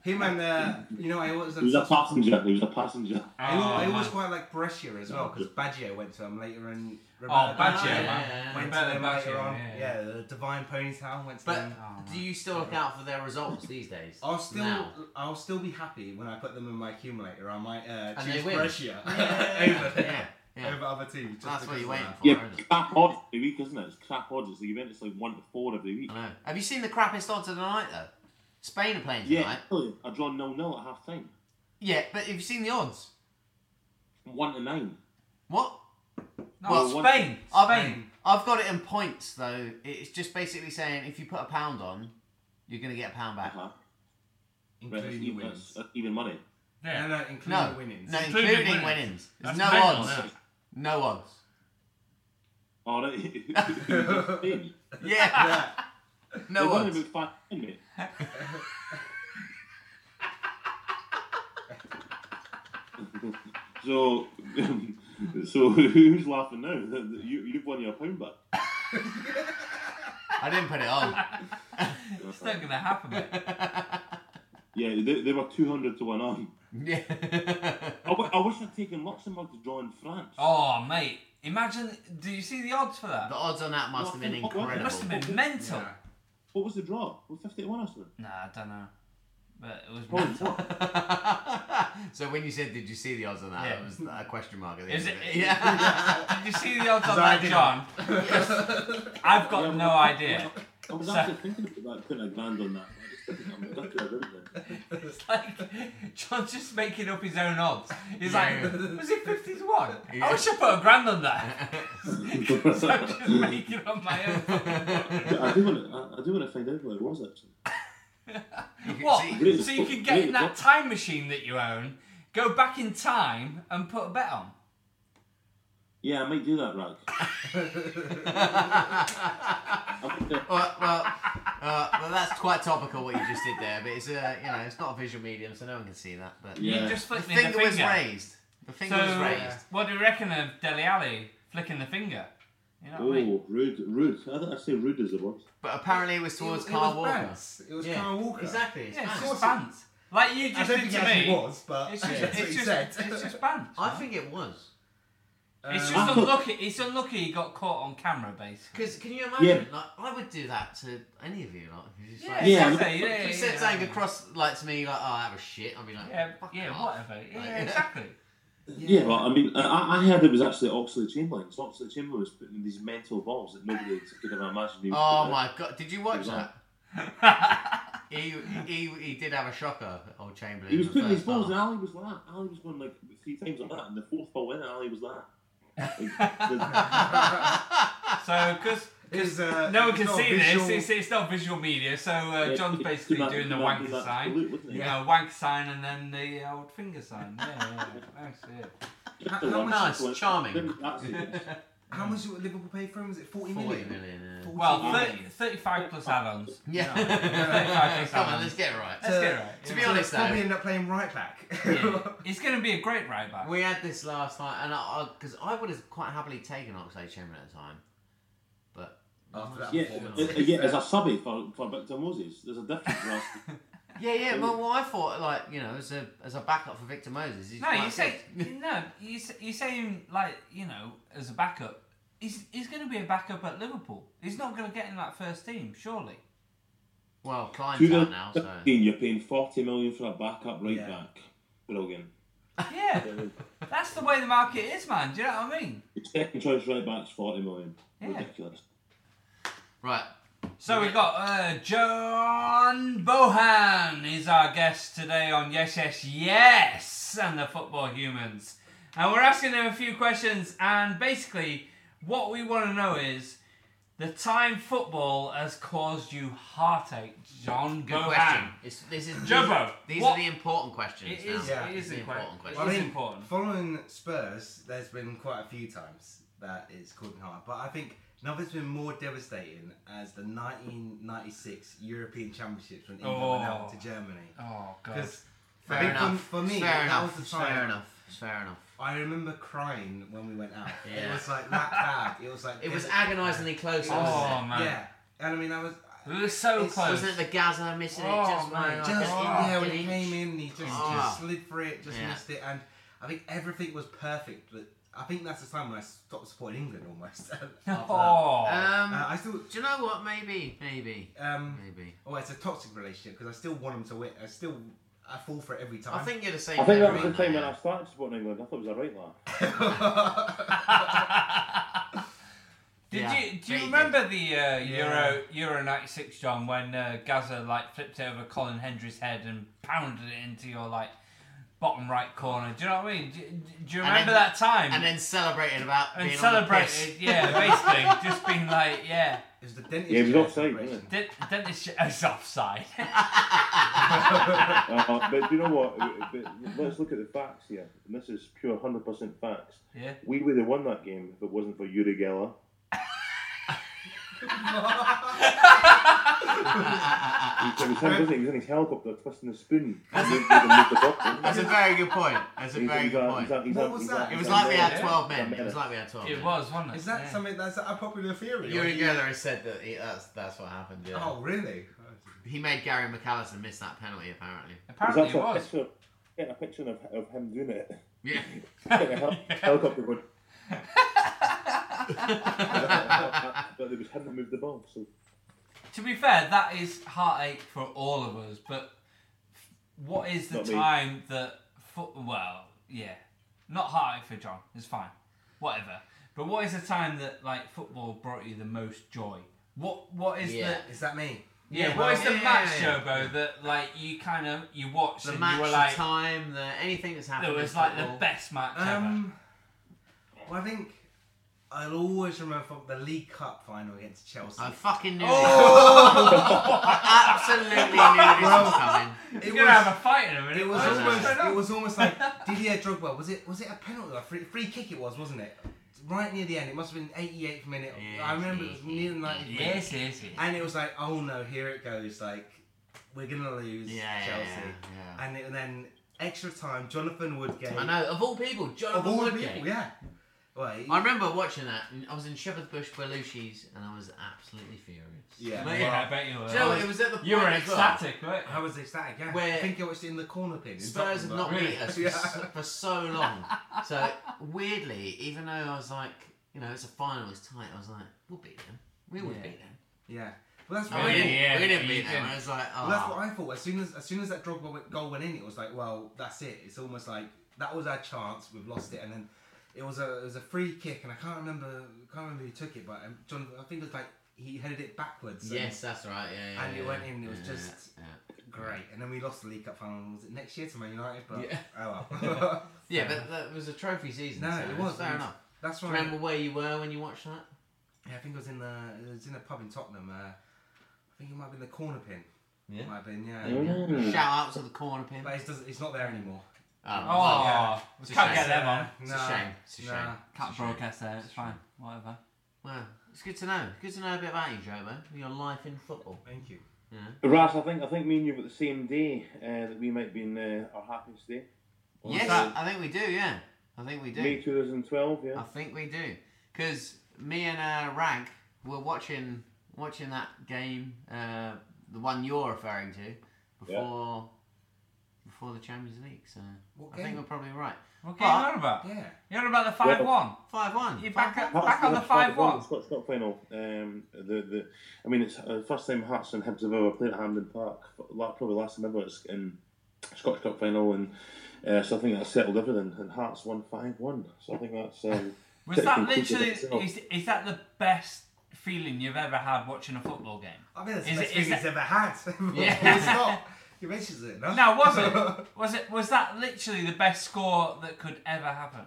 Speaker 3: Him and uh, you know, I always
Speaker 1: He Ah, was a passenger. He was a passenger.
Speaker 3: I always, I
Speaker 2: Oh,
Speaker 3: always
Speaker 2: man.
Speaker 3: quite like Brescia as well because Baggio went to him later and
Speaker 2: Oh, Baggio,
Speaker 4: yeah,
Speaker 2: man.
Speaker 4: yeah.
Speaker 3: went
Speaker 2: Roberto
Speaker 3: to them
Speaker 2: Baggio,
Speaker 3: later on.
Speaker 2: yeah,
Speaker 3: Yeah,
Speaker 2: yeah.
Speaker 3: the Divine Ponytail went to
Speaker 4: But
Speaker 3: them.
Speaker 2: Oh,
Speaker 4: do you still look out for their results these days?
Speaker 3: I'll still,
Speaker 4: Now.
Speaker 3: I'll still be happy when I put them in my accumulator. I might uh,
Speaker 4: And
Speaker 3: choose
Speaker 4: they win.
Speaker 3: Brescia
Speaker 4: Yeah,
Speaker 3: over
Speaker 4: yeah,
Speaker 3: them,
Speaker 4: yeah. yeah.
Speaker 3: over other teams. Just
Speaker 4: That's what
Speaker 3: because
Speaker 4: you're
Speaker 3: of
Speaker 4: waiting
Speaker 3: that.
Speaker 4: for,
Speaker 1: Yeah,
Speaker 4: isn't it?
Speaker 1: crap odds every week, isn't it? It's crap odds. It's the event. It's like one to four every week.
Speaker 4: I know. Have you seen the crappiest odds of the night though? Spain are playing tonight.
Speaker 1: Yeah, really, I draw nil nil at half time.
Speaker 4: Yeah, but have you seen the odds?
Speaker 1: One to nine.
Speaker 4: What?
Speaker 2: No,
Speaker 4: Well,
Speaker 2: Spain.
Speaker 4: I've
Speaker 2: Spain.
Speaker 4: I've got it in points though. It's just basically saying if you put a pound on, you're gonna get a pound back.
Speaker 1: Uh-huh.
Speaker 3: including your
Speaker 1: even,
Speaker 3: winnings.
Speaker 1: that's uh, even money.
Speaker 3: No,
Speaker 2: Yeah.
Speaker 3: no, including
Speaker 4: No,
Speaker 3: your winnings.
Speaker 4: no,
Speaker 2: Including
Speaker 4: including winnings.
Speaker 2: winnings. That's
Speaker 4: There's no
Speaker 2: mental,
Speaker 4: odds.
Speaker 2: yeah.
Speaker 4: No odds.
Speaker 1: Oh, no. no
Speaker 4: Yeah,
Speaker 3: Yeah.
Speaker 4: no
Speaker 1: one.
Speaker 4: odds.
Speaker 1: Even five, mate. so, so who's laughing now? You, you've won your pound back.
Speaker 4: I didn't put it on.
Speaker 2: It's not gonna happen, mate.
Speaker 1: Yeah, they, they were 200 to 1 on.
Speaker 4: Yeah.
Speaker 1: I, w- I wish I'd taken Luxembourg to draw in France.
Speaker 2: Oh, mate. Imagine. Do you see the odds for that?
Speaker 4: The odds on that must have been
Speaker 1: What- what-
Speaker 4: incredible.
Speaker 2: It must have been mental.
Speaker 3: Yeah.
Speaker 1: What was the draw? Well, 50 to 1 or something?
Speaker 2: Nah, I don't know. But it was
Speaker 1: Oh,
Speaker 2: mental.
Speaker 1: what?
Speaker 4: so when you said, "Did you see the odds on that?"
Speaker 2: Yeah.
Speaker 4: that was a question mark at the
Speaker 2: Is
Speaker 4: end of
Speaker 2: it-
Speaker 4: it. Yeah.
Speaker 2: Did you see the odds on
Speaker 3: So I
Speaker 2: that, John? I've got
Speaker 1: Yeah,
Speaker 2: no
Speaker 1: well,
Speaker 2: idea.
Speaker 1: I was
Speaker 2: So-
Speaker 1: actually thinking about putting a grand on that. I just didn't. I'm lucky I didn't.
Speaker 2: It's like John's just making up his own odds. He's
Speaker 4: Yeah.
Speaker 2: like, was it 50 to 1?
Speaker 4: Yeah.
Speaker 2: I wish I put a grand on that. so I'm just making up my own. fucking odds.
Speaker 1: But I do want to. I, I do want to find out what it was actually.
Speaker 4: You can
Speaker 2: what?
Speaker 4: see-
Speaker 1: Really?
Speaker 2: So you can get in
Speaker 1: Really?
Speaker 2: that time machine that you own, go back in time and put a bet on.
Speaker 1: Yeah, I might do that, Rag. I might do-
Speaker 4: Well, well, uh, well, that's quite topical what you just did there, but it's a, you know, it's not a visual medium, so no one can see that. But
Speaker 1: Yeah.
Speaker 2: You just
Speaker 4: the
Speaker 2: flick me
Speaker 4: finger
Speaker 2: the
Speaker 4: was
Speaker 2: finger.
Speaker 4: raised. The finger was
Speaker 2: So, uh,
Speaker 4: raised.
Speaker 2: what do you reckon of Deli Alley flicking the finger? You know what I mean?
Speaker 1: Oh, rude, rude. I think I say rude is the word.
Speaker 4: But apparently it was
Speaker 3: It was-
Speaker 4: towards Carl
Speaker 3: it was
Speaker 4: Walker.
Speaker 3: Brant's. It was
Speaker 4: Yeah.
Speaker 3: Carl Walker.
Speaker 4: Exactly. it's
Speaker 2: Yeah, it's
Speaker 4: Brant's.
Speaker 2: just pants. Like you
Speaker 3: I
Speaker 2: just
Speaker 3: don't
Speaker 2: did
Speaker 3: think it
Speaker 2: to
Speaker 3: actually
Speaker 2: me.
Speaker 3: was, but
Speaker 2: It's just,
Speaker 3: yeah, that's what
Speaker 2: it's,
Speaker 3: he
Speaker 2: just,
Speaker 3: said.
Speaker 2: it's just pants.
Speaker 4: I
Speaker 2: man.
Speaker 4: think it was.
Speaker 2: it's
Speaker 3: Um,
Speaker 2: just
Speaker 1: I thought-
Speaker 2: unlucky. It's unlucky he got caught on camera, basically.
Speaker 4: Because can you imagine? Like, I would do that to any of you. Like, if you just, like,
Speaker 1: Yeah.
Speaker 2: exactly. Yeah,
Speaker 4: if
Speaker 2: yeah,
Speaker 4: you said
Speaker 2: yeah.
Speaker 4: something across like to me, like, "Oh, that was shit," I'd be like,
Speaker 2: Yeah,
Speaker 4: "Fuck
Speaker 2: yeah,
Speaker 4: off."
Speaker 2: whatever. Yeah,
Speaker 4: Like,
Speaker 2: exactly.
Speaker 1: Yeah, well, I mean, I, I heard it was actually Oxley Chamberlain. So Oxley Chamberlain was putting in these mental balls that nobody could have imagined. He was
Speaker 4: Oh
Speaker 1: putting
Speaker 4: my god! Did you watch
Speaker 1: Exactly.
Speaker 4: that? He, he he did have a shocker, old Chamberlain.
Speaker 1: He was
Speaker 4: in the
Speaker 1: putting his
Speaker 4: first
Speaker 1: balls,
Speaker 4: half.
Speaker 1: and Ali was like, Ali was going like three times like that, and the fourth ball in, Ali was like. Like,
Speaker 2: So, because
Speaker 3: It's, uh,
Speaker 2: no one
Speaker 3: it's
Speaker 2: can
Speaker 3: not
Speaker 2: see
Speaker 3: visual-
Speaker 2: this, it's, it's not visual media, so uh,
Speaker 1: Yeah,
Speaker 2: John's
Speaker 1: it's
Speaker 2: basically
Speaker 1: not-
Speaker 2: doing the
Speaker 1: not-
Speaker 2: wanker
Speaker 1: not
Speaker 2: sign.
Speaker 1: absolute, wasn't it?
Speaker 2: You know, wank sign and then the old finger sign. Yeah, yeah, yeah. Thanks, yeah.
Speaker 3: How,
Speaker 1: The
Speaker 3: how
Speaker 1: one
Speaker 3: much,
Speaker 4: Nice,
Speaker 1: that's-
Speaker 4: charming.
Speaker 1: that's it.
Speaker 3: how much did Liverpool pay for him? Was it 40
Speaker 4: Forty
Speaker 3: million?
Speaker 4: million. Yeah.
Speaker 3: 40
Speaker 2: Well,
Speaker 3: million.
Speaker 2: 30, 35 plus
Speaker 4: Oh.
Speaker 2: add-ons.
Speaker 4: Yeah.
Speaker 2: Yeah.
Speaker 4: Come on, let's get it right.
Speaker 2: Let's get it right.
Speaker 4: to be honest,
Speaker 3: probably
Speaker 4: though-
Speaker 3: end up playing right back.
Speaker 2: Yeah. It's going to be a great right back.
Speaker 4: We had this last night, and I because I, would have quite happily taken Oxlade Chamberlain at the time, but
Speaker 3: After that
Speaker 1: Yeah,
Speaker 3: performance.
Speaker 1: uh, yeah, as a subbie for, for Victor Moses, there's a difference for us.
Speaker 4: yeah, yeah. Well, well, I thought like you know as a as a backup for Victor Moses. He's
Speaker 2: No,
Speaker 4: quite
Speaker 2: you say
Speaker 4: good.
Speaker 2: no. You s- you say him like you know as a backup. He's he's going to be a backup at Liverpool. He's not going to get in that first team, surely.
Speaker 4: well, Klein's out now, so
Speaker 1: 2015, you're paying 40 million for a backup right
Speaker 3: Yeah.
Speaker 1: back. Brilliant.
Speaker 2: Yeah, that's the way the market is, man. Do you know what I mean?
Speaker 1: Your second choice right back's 40 million.
Speaker 2: Yeah.
Speaker 1: Ridiculous.
Speaker 4: right.
Speaker 2: So we got uh, John Bohan is our guest today on Yes Yes Yes and the Football Humans, and we're asking him a few questions. And basically, what we want to know is the time football has caused you heartache, John
Speaker 4: Good
Speaker 2: Bohan.
Speaker 4: question. It's, this is
Speaker 2: Jumbo,
Speaker 4: These, these
Speaker 2: what-
Speaker 4: are the important questions.
Speaker 2: It
Speaker 4: now.
Speaker 2: is,
Speaker 3: Yeah.
Speaker 2: it
Speaker 4: These
Speaker 2: is
Speaker 4: are the
Speaker 2: important.
Speaker 4: important
Speaker 2: It
Speaker 4: questions.
Speaker 2: is important.
Speaker 3: Following Spurs, there's been quite a few times that it's caught me hard, but I think nothing's been more devastating as the 1996 European Championships when England went out
Speaker 2: Oh.
Speaker 3: to Germany.
Speaker 2: Oh god.
Speaker 3: Because
Speaker 4: Fair
Speaker 3: I think for-
Speaker 4: enough.
Speaker 3: for me,
Speaker 4: Fair
Speaker 3: that
Speaker 4: enough.
Speaker 3: was the time.
Speaker 4: Fair enough. Fair enough.
Speaker 3: I remember crying when we went out. It
Speaker 4: Yeah.
Speaker 3: was like that bad. It was like
Speaker 4: It was
Speaker 3: devastating.
Speaker 4: agonisingly close.
Speaker 2: Oh,
Speaker 4: wasn't
Speaker 2: man.
Speaker 3: Yeah, and I mean, I was.
Speaker 2: We were so
Speaker 3: It's-
Speaker 4: it?
Speaker 2: close.
Speaker 4: Wasn't it the Gaza missing
Speaker 2: Oh,
Speaker 4: it just
Speaker 2: man.
Speaker 4: by like
Speaker 3: Just
Speaker 4: an
Speaker 2: oh,
Speaker 3: yeah, when
Speaker 4: inch?
Speaker 3: he came in, he just,
Speaker 4: Ah.
Speaker 3: just slid for it, just
Speaker 4: Yeah.
Speaker 3: missed it, and I think everything was perfect. But I think that's the time when I stopped supporting England almost. after that.
Speaker 2: Oh.
Speaker 4: Um,
Speaker 3: Uh, I still,
Speaker 4: do you know what? Maybe, maybe,
Speaker 3: um,
Speaker 4: maybe.
Speaker 3: oh, it's a toxic relationship because I still want him to win. I still, I fall for it every time.
Speaker 4: I think you're the same.
Speaker 1: I think that was the
Speaker 4: everyone,
Speaker 1: time when
Speaker 4: though.
Speaker 1: I started supporting England. I thought it was a right laugh.
Speaker 2: Did
Speaker 4: Yeah,
Speaker 2: you do
Speaker 4: they
Speaker 2: you
Speaker 4: did.
Speaker 2: remember the uh, Euro Euro '96, John, when uh, Gaza like flipped over Colin Hendry's head and pounded it into your like bottom right corner. Do you know what I mean? Do, do- do you
Speaker 4: And
Speaker 2: remember
Speaker 4: then-
Speaker 2: that time?
Speaker 4: and then celebrated about
Speaker 2: And
Speaker 4: being on the piss.
Speaker 2: celebrated, yeah, basically, just being like, yeah,
Speaker 3: It was the dentist.
Speaker 1: Yeah, it was offside,
Speaker 3: chair celebration.
Speaker 1: wasn't
Speaker 2: did dentist is offside.
Speaker 1: Uh, but do you know what? But let's look at the facts here. And this is pure 100% facts.
Speaker 2: yeah,
Speaker 1: We would have won that game if it wasn't for Yuri Geller.
Speaker 4: Uh, Ah.
Speaker 1: He was, him, wasn't he? He was in his helicopter twisting the spoon. He moved- he moved the bottle.
Speaker 4: uh. That's a very good point. That's a
Speaker 1: He's-
Speaker 4: very
Speaker 1: he's
Speaker 4: good
Speaker 1: a-
Speaker 4: point.
Speaker 1: he's a- he's a-
Speaker 3: What was
Speaker 1: he's a-
Speaker 3: that?
Speaker 1: he's
Speaker 4: It
Speaker 3: It
Speaker 4: was
Speaker 1: a
Speaker 4: like we had
Speaker 1: man.
Speaker 4: twelve men.
Speaker 1: Yeah.
Speaker 4: It was like we had twelve.
Speaker 2: it
Speaker 4: men.
Speaker 2: was, wasn't it?
Speaker 3: Is that
Speaker 2: Yeah.
Speaker 3: something that's an unpopular theory?
Speaker 4: Yuri
Speaker 3: Or-
Speaker 4: Geller has said that he, that's that's what happened. Yeah.
Speaker 3: Oh, really?
Speaker 4: He made Gary McAllister miss that penalty apparently.
Speaker 1: There's
Speaker 2: Apparently, it
Speaker 1: actually a
Speaker 2: was.
Speaker 1: picture, yeah, a picture of, of him doing it.
Speaker 4: Yeah.
Speaker 1: In a hel- helicopter going. but they just hadn't moved the ball. So
Speaker 2: To be fair, that is heartache for all of us. But what is the
Speaker 1: Not me.
Speaker 2: time that? Fo- well, yeah, not heartache for John. It's fine, whatever. But what is the time that like football brought you the most joy? What What is the
Speaker 4: Yeah.
Speaker 3: Is that me?
Speaker 2: yeah,
Speaker 4: Yeah,
Speaker 2: What is
Speaker 4: well,
Speaker 2: the
Speaker 4: yeah,
Speaker 2: match
Speaker 4: yeah,
Speaker 2: show,
Speaker 4: yeah.
Speaker 2: Bo? That like you kind of you watched
Speaker 4: The
Speaker 2: and
Speaker 4: match,
Speaker 2: you were like,
Speaker 4: the time, the anything that's happened.
Speaker 2: it was
Speaker 4: in
Speaker 2: like the
Speaker 4: football.
Speaker 2: best match ever.
Speaker 3: Um, well, I think I'll always remember from the League Cup final against Chelsea.
Speaker 4: I fucking knew.
Speaker 2: Oh!
Speaker 4: This. I absolutely knew this was coming.
Speaker 3: it
Speaker 2: You're
Speaker 3: was,
Speaker 2: gonna have a fight in a minute.
Speaker 3: it was
Speaker 2: Why is
Speaker 3: almost
Speaker 2: going on?
Speaker 3: it was almost like Didier Drogba. Was it was it a penalty? A free, free kick it was, wasn't it? Right near the end. It must have been 88th minute. I remember it was near the 90th minute.
Speaker 2: Yes, yes, yes.
Speaker 3: And it was like, oh no, here it goes. Like we're gonna lose
Speaker 4: Yeah, yeah,
Speaker 3: Chelsea.
Speaker 4: yeah,
Speaker 3: And, it, and then extra time, Jonathan Woodgate.
Speaker 4: yeah. I know. Of all people,
Speaker 3: Of
Speaker 4: Jonathan
Speaker 3: all the
Speaker 4: Woodgate.
Speaker 3: people, yeah. Well, he-
Speaker 4: I remember watching that. and I was in Shepherd's Bush Belushi's, and I was absolutely furious.
Speaker 3: Yeah.
Speaker 4: Mate,
Speaker 2: yeah, I bet you were.
Speaker 4: Do you know what, it was at the point
Speaker 2: You were
Speaker 4: as well,
Speaker 2: ecstatic, right?
Speaker 3: I was ecstatic. Yeah,
Speaker 4: Where-
Speaker 3: I think I watched it in the corner pin. in
Speaker 4: Spurs have
Speaker 3: Tottenham,
Speaker 4: not
Speaker 3: but-
Speaker 4: beat us for,
Speaker 3: Yeah.
Speaker 4: so, for so long. So weirdly, even though I was like, you know, it's a final, it's tight. I was like, we'll beat them. We would
Speaker 2: Yeah.
Speaker 4: beat them.
Speaker 3: Yeah, well, that's
Speaker 4: Oh,
Speaker 3: what
Speaker 2: Yeah,
Speaker 4: we didn't.
Speaker 2: yeah,
Speaker 4: we didn't
Speaker 2: you
Speaker 4: beat them.
Speaker 2: didn't.
Speaker 4: I was like, oh.
Speaker 3: Well, that's what I thought. As soon as as soon as that Drogba went- goal went in, it was like, well, that's it. It's almost like that was our chance. We've lost it, and then it was a it was a free kick, and I can't remember can't remember who took it, but um, John, I think it was like he headed it backwards. and-
Speaker 4: Yes, that's right. Yeah, yeah
Speaker 3: And it
Speaker 4: yeah,
Speaker 3: went in, it was
Speaker 4: yeah,
Speaker 3: just-
Speaker 4: yeah.
Speaker 3: great. And then we lost the League Cup final. Was it next year to Man United? But
Speaker 4: Yeah.
Speaker 3: oh well.
Speaker 4: Yeah, but that was a trophy season.
Speaker 3: No,
Speaker 4: so
Speaker 3: it
Speaker 4: it's
Speaker 3: was,
Speaker 4: fair
Speaker 3: it was-
Speaker 4: enough.
Speaker 3: that's
Speaker 4: Do
Speaker 3: why.
Speaker 4: you remember where you were when you watched that?
Speaker 3: Yeah, I think it was in the it was in a pub in Tottenham. Uh, I think it might have been the corner pin.
Speaker 4: Yeah.
Speaker 3: It might have been yeah. Hmm.
Speaker 1: Mm.
Speaker 4: Shout out to the corner pin.
Speaker 3: But it's, doesn't- it's not there anymore.
Speaker 4: Oh,
Speaker 2: Oh,
Speaker 4: well,
Speaker 3: yeah.
Speaker 2: we
Speaker 4: It's a
Speaker 2: can't
Speaker 4: shame.
Speaker 2: get them on.
Speaker 4: it's a shame. It's a shame.
Speaker 3: nah.
Speaker 4: It's a
Speaker 2: Can't
Speaker 4: shame.
Speaker 2: broadcast there. It's fine. Whatever.
Speaker 4: Well, it's good to know. Good to know a bit about you, Jobo. Your life in football.
Speaker 3: Thank you.
Speaker 1: Ras, I think I think me and you were the same day uh, that we might have been uh, our happiest day. Or
Speaker 4: yes,
Speaker 1: something.
Speaker 4: I think we do. Yeah, I think we do.
Speaker 1: May 2012.
Speaker 4: I
Speaker 1: Yeah.
Speaker 4: think we do. Because me and uh, Rag were watching watching that game, uh, the one you're referring to, before before the Champions League. So
Speaker 3: What
Speaker 4: I think
Speaker 3: game?
Speaker 4: we're probably right.
Speaker 2: What game
Speaker 4: But-
Speaker 2: are you on about?
Speaker 3: Yeah.
Speaker 2: You're on about the 5 1.
Speaker 4: Five one.
Speaker 2: You're back, up,
Speaker 1: Hearts-
Speaker 2: back on the
Speaker 1: Hearts- Hearts
Speaker 2: 5 1.
Speaker 1: won the Scottish Cup final. Um, the, the, I mean, it's the first time Hearts and Hibs have ever played at Hampden Park. La- Probably last time ever it's in Scottish Cup final, and uh, so I think that settled everything. And Hearts won five one. So I think that's. Um,
Speaker 2: Was that
Speaker 1: technically
Speaker 2: literally.
Speaker 1: itself.
Speaker 2: Is, is that the best feeling you've ever had watching a football game?
Speaker 3: I mean, that's
Speaker 2: Is
Speaker 3: the best
Speaker 2: it-
Speaker 3: thing
Speaker 2: is
Speaker 3: he's
Speaker 2: it-
Speaker 3: ever had.
Speaker 4: Yeah.
Speaker 3: it's not. He mentions it. No.
Speaker 2: Now, was it? Was it? Was that literally the best score that could ever happen?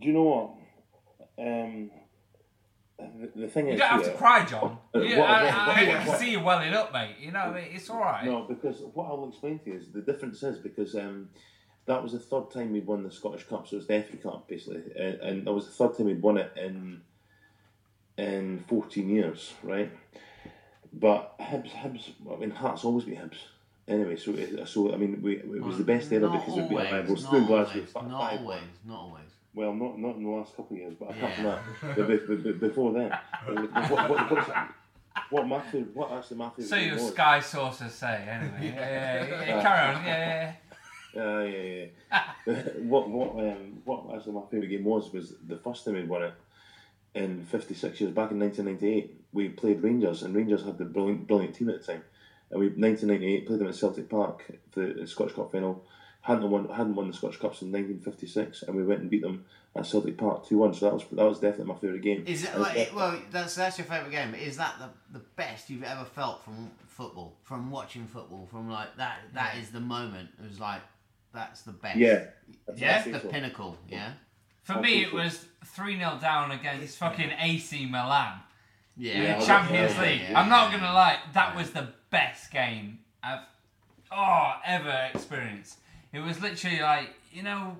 Speaker 1: do you know what? Um, the, the thing
Speaker 2: You
Speaker 1: is,
Speaker 2: don't have to
Speaker 1: here-
Speaker 2: cry, John.
Speaker 1: Uh,
Speaker 2: You-
Speaker 1: what- what-
Speaker 2: I, I-
Speaker 1: what-
Speaker 2: I
Speaker 1: what-
Speaker 2: can
Speaker 1: what-
Speaker 2: see you welling up, mate. You know, what I mean? it's all right.
Speaker 1: No, because what I'll explain to you is the difference is because um, that was the third time we'd won the Scottish Cup, so it was the FA Cup basically, and, and that was the third time we'd won it in in fourteen years, right? But Hibs, Hibs, I mean Hearts always beat Hibs anyway. So, it- so I mean, we, it was the best era
Speaker 4: Not
Speaker 1: because we beat
Speaker 4: always,
Speaker 1: rivals.
Speaker 4: not
Speaker 1: Still Glasgow,
Speaker 4: always,
Speaker 1: fi-
Speaker 4: Not
Speaker 1: five-
Speaker 4: always. Not always.
Speaker 1: Well, not not in the last couple of years, but apart
Speaker 4: Yeah.
Speaker 1: from that, be- be- be- before that, what, what, what's, what Matthew, what actually Matthew?
Speaker 2: So your
Speaker 1: was,
Speaker 2: sky sources say, anyway. yeah, yeah, yeah, carry on. Yeah, yeah,
Speaker 1: Yeah, Oh, yeah, yeah. what what um, what actually my favourite game was was the first time we won it in fifty six years back in nineteen ninety eight. We played Rangers and Rangers had the brilliant brilliant team at the time. And we nineteen ninety eight played them at Celtic Park, the Scottish Cup final. Hadn't won hadn't won the Scottish Cups in nineteen fifty six and we went and beat them at Celtic Park two one. So that was that was definitely my favourite game.
Speaker 4: Is it
Speaker 1: And
Speaker 4: like
Speaker 1: it's
Speaker 4: it, well? That's that's your favorite game. but Is that the, the best you've ever felt from football, from watching football, from like that? That is the moment. It was like that's the best.
Speaker 5: Yeah.
Speaker 4: Yeah,
Speaker 5: That's
Speaker 4: the
Speaker 5: it.
Speaker 4: pinnacle. Yeah.
Speaker 2: For
Speaker 5: Oh,
Speaker 2: me,
Speaker 5: cool, cool.
Speaker 2: it was 3 0 down against fucking AC Milan.
Speaker 4: Yeah.
Speaker 5: Yeah,
Speaker 2: the Champions
Speaker 5: yeah,
Speaker 2: League.
Speaker 5: yeah,
Speaker 2: I'm not gonna lie, that was the best game I've oh ever experienced. It was literally like you know,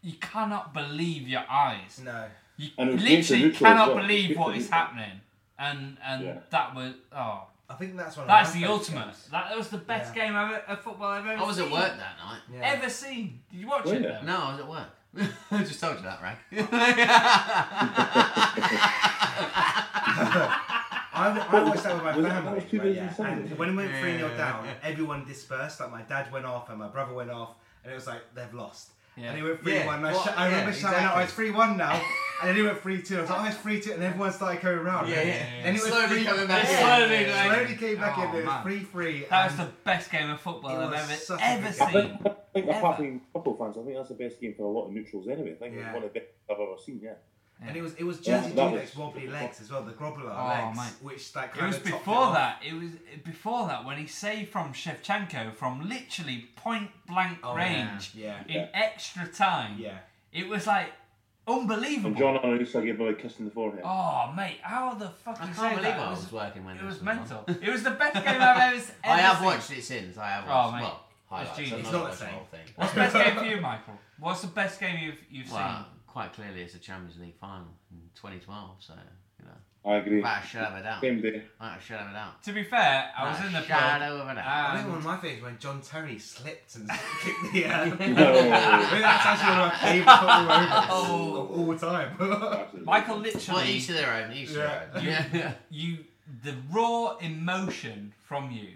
Speaker 2: you cannot believe your eyes.
Speaker 3: No.
Speaker 2: You
Speaker 5: And it was against the
Speaker 2: literally
Speaker 5: neutral as
Speaker 2: cannot
Speaker 5: well.
Speaker 2: believe
Speaker 5: Against
Speaker 2: what
Speaker 5: the
Speaker 2: is
Speaker 5: neutral.
Speaker 2: happening. And and
Speaker 5: Yeah.
Speaker 2: that was oh
Speaker 3: I think that's one of
Speaker 2: that's
Speaker 3: my
Speaker 2: the
Speaker 3: favourite
Speaker 2: ultimate.
Speaker 3: games.
Speaker 2: That was the best
Speaker 3: Yeah.
Speaker 2: game I've, of football I've ever
Speaker 4: I was
Speaker 2: seen.
Speaker 4: at work that night.
Speaker 3: Yeah.
Speaker 2: Ever seen? Did you watch
Speaker 5: Were
Speaker 2: it?
Speaker 5: you?
Speaker 2: Though?
Speaker 4: No, I was at work. I just told you that, right?
Speaker 3: I, I watched that with my
Speaker 5: Was it- that
Speaker 3: family.
Speaker 5: was two
Speaker 3: right,
Speaker 5: days
Speaker 3: yeah.
Speaker 5: in
Speaker 3: And
Speaker 5: Sunday.
Speaker 3: when we went 3 0
Speaker 4: Yeah.
Speaker 3: down, everyone dispersed. Like my dad went off and my brother went off, and it was like, they've lost.
Speaker 2: Yeah.
Speaker 3: And he went 3
Speaker 4: Yeah,
Speaker 3: 1. And I,
Speaker 4: well,
Speaker 3: sh- I
Speaker 4: yeah,
Speaker 3: remember shouting out, oh,
Speaker 4: exactly.
Speaker 3: it's 3 1 now. and then he went 3 2. I was like, oh, it's 3 2. And everyone started going around.
Speaker 4: Yeah,
Speaker 3: And
Speaker 4: yeah,
Speaker 2: yeah.
Speaker 3: Then it was
Speaker 4: Slowly
Speaker 3: 3
Speaker 4: coming back
Speaker 2: in.
Speaker 3: Yeah.
Speaker 2: Slowly, like-
Speaker 3: Slowly came back in.
Speaker 2: Oh,
Speaker 3: It was
Speaker 2: man.
Speaker 3: 3 3.
Speaker 2: That was the best game of football
Speaker 3: It
Speaker 2: I've
Speaker 3: was
Speaker 2: ever
Speaker 3: such a
Speaker 2: ever
Speaker 3: good
Speaker 5: I think,
Speaker 2: seen.
Speaker 5: I think
Speaker 2: Ever.
Speaker 5: apart from football fans, I think that's the best game for a lot of neutrals anyway. I think
Speaker 3: Yeah.
Speaker 5: it's one of the best I've ever seen. Yeah.
Speaker 3: And it was it was
Speaker 5: Yeah,
Speaker 3: Jersey
Speaker 5: that
Speaker 3: Dudek's
Speaker 5: was-
Speaker 3: wobbly legs as well, the grobbler
Speaker 2: Oh,
Speaker 3: legs,
Speaker 2: mate.
Speaker 3: which like
Speaker 2: It
Speaker 3: kind
Speaker 2: was
Speaker 3: of topped
Speaker 2: before
Speaker 3: off.
Speaker 2: that. It was before that when he saved from Shevchenko from literally point blank
Speaker 3: Oh, yeah.
Speaker 2: range
Speaker 3: Yeah,
Speaker 2: in extra time.
Speaker 3: yeah.
Speaker 2: It was like unbelievable.
Speaker 5: And John Arisa gave him a kiss in the forehead.
Speaker 2: oh mate, how the fuck
Speaker 4: I
Speaker 2: you
Speaker 4: can't
Speaker 2: say
Speaker 4: believe
Speaker 2: that?
Speaker 4: I
Speaker 2: It
Speaker 4: was,
Speaker 2: was,
Speaker 4: working when
Speaker 2: it
Speaker 4: this
Speaker 2: was
Speaker 4: on.
Speaker 2: mental. it was the best game I've ever, ever
Speaker 4: I have
Speaker 2: seen.
Speaker 4: watched it since. I have
Speaker 2: Oh,
Speaker 4: watched.
Speaker 2: mate.
Speaker 4: well, highlights.
Speaker 2: genius.
Speaker 4: I've
Speaker 3: It's
Speaker 4: not
Speaker 3: not
Speaker 4: watched
Speaker 3: the
Speaker 4: the
Speaker 3: same.
Speaker 4: whole thing.
Speaker 2: What's the best game for you, Michael? What's the best game you've you've
Speaker 4: Well, quite clearly, it's a Champions League final in 2012. So you know,
Speaker 5: I agree.
Speaker 4: without a shadow of a doubt,
Speaker 5: Same day.
Speaker 4: without a shadow of a doubt,
Speaker 2: seen? To be fair, I was
Speaker 4: Without
Speaker 2: in
Speaker 4: a
Speaker 2: the pub.
Speaker 4: shadow of a doubt.
Speaker 3: I think one
Speaker 2: Um,
Speaker 3: of my favourites when John Terry slipped and kicked the. Uh, I
Speaker 5: No.
Speaker 3: think that's actually one of my favourite football moments
Speaker 2: Oh.
Speaker 3: of all time.
Speaker 5: Absolutely.
Speaker 2: Michael
Speaker 4: Well,
Speaker 2: literally,
Speaker 4: each to their own. Each to their own.
Speaker 3: Yeah.
Speaker 4: Yeah.
Speaker 2: you the raw emotion from you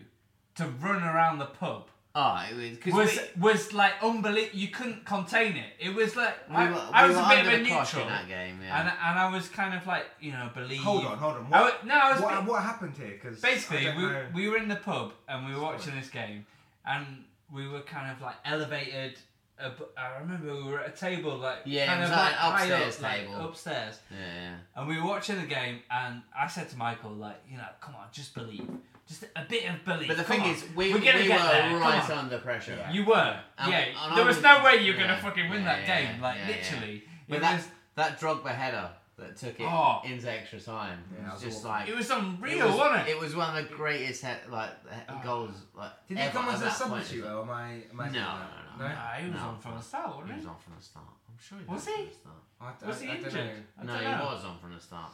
Speaker 2: to run around the pub
Speaker 4: oh, it was because
Speaker 2: was
Speaker 4: we,
Speaker 2: was like unbelievable. You couldn't contain it. It was like
Speaker 4: we
Speaker 2: I,
Speaker 4: were,
Speaker 2: I
Speaker 4: we
Speaker 2: was
Speaker 4: were
Speaker 2: a bit
Speaker 4: under
Speaker 2: of a
Speaker 4: the cross
Speaker 2: neutral,
Speaker 4: in that game.
Speaker 2: and
Speaker 4: Yeah.
Speaker 2: and I was kind of like you know believe.
Speaker 3: hold on, hold on.
Speaker 2: I
Speaker 3: What,
Speaker 2: wa- no, Oh, I was
Speaker 3: what,
Speaker 2: be-
Speaker 3: what happened here? Because
Speaker 2: basically
Speaker 3: I don't
Speaker 2: we,
Speaker 3: know.
Speaker 2: we were in the pub and we were
Speaker 3: Sorry.
Speaker 2: watching this game, and we were kind of like elevated. ab- I remember we were at a table like
Speaker 4: Yeah, it
Speaker 2: kind
Speaker 4: was
Speaker 2: of
Speaker 4: like an
Speaker 2: high
Speaker 4: upstairs
Speaker 2: up,
Speaker 4: table.
Speaker 2: like, upstairs.
Speaker 4: yeah, yeah.
Speaker 2: And we were watching the game, and I said to Michael, like, you know, come on, just believe, just a bit of belief.
Speaker 4: But the
Speaker 2: Come
Speaker 4: thing
Speaker 2: on.
Speaker 4: is, we,
Speaker 2: we're gonna
Speaker 4: we
Speaker 2: get
Speaker 4: were
Speaker 2: there. Come
Speaker 4: right
Speaker 2: on."
Speaker 4: under pressure.
Speaker 3: Yeah.
Speaker 2: You were,
Speaker 4: And-
Speaker 2: yeah.
Speaker 4: and I
Speaker 2: there was,
Speaker 4: was-
Speaker 2: no way you're
Speaker 4: yeah,
Speaker 2: gonna fucking win
Speaker 4: yeah,
Speaker 2: that
Speaker 4: yeah,
Speaker 2: game, like
Speaker 4: yeah, yeah.
Speaker 2: literally.
Speaker 4: But
Speaker 2: It
Speaker 4: that
Speaker 2: was,
Speaker 4: that Drogba header that took it
Speaker 2: Oh.
Speaker 4: into extra time
Speaker 3: Yeah, that
Speaker 4: was
Speaker 3: was
Speaker 4: just
Speaker 3: awful.
Speaker 4: like
Speaker 2: it was unreal,
Speaker 4: was,
Speaker 2: wasn't it?
Speaker 4: it was one of the greatest he- like he-
Speaker 2: Oh.
Speaker 4: goals like.
Speaker 3: Did he
Speaker 4: ever
Speaker 3: come
Speaker 4: at
Speaker 3: as a
Speaker 4: that point,
Speaker 3: substitute?
Speaker 4: isn't it?
Speaker 3: Or am I? Am I
Speaker 4: No,
Speaker 3: thinking
Speaker 4: no,
Speaker 3: that?
Speaker 4: no,
Speaker 2: Nah, he was
Speaker 4: No,
Speaker 2: on from the start,
Speaker 4: He
Speaker 2: wasn't
Speaker 4: was
Speaker 2: he?
Speaker 4: on from the start. I'm sure he
Speaker 2: Was
Speaker 4: on
Speaker 2: he?
Speaker 4: From the start.
Speaker 3: I, I,
Speaker 2: Was
Speaker 3: I,
Speaker 2: he
Speaker 3: don't
Speaker 2: injured?
Speaker 3: know.
Speaker 2: I
Speaker 4: No,
Speaker 2: don't
Speaker 4: he
Speaker 2: know.
Speaker 4: was on from the start.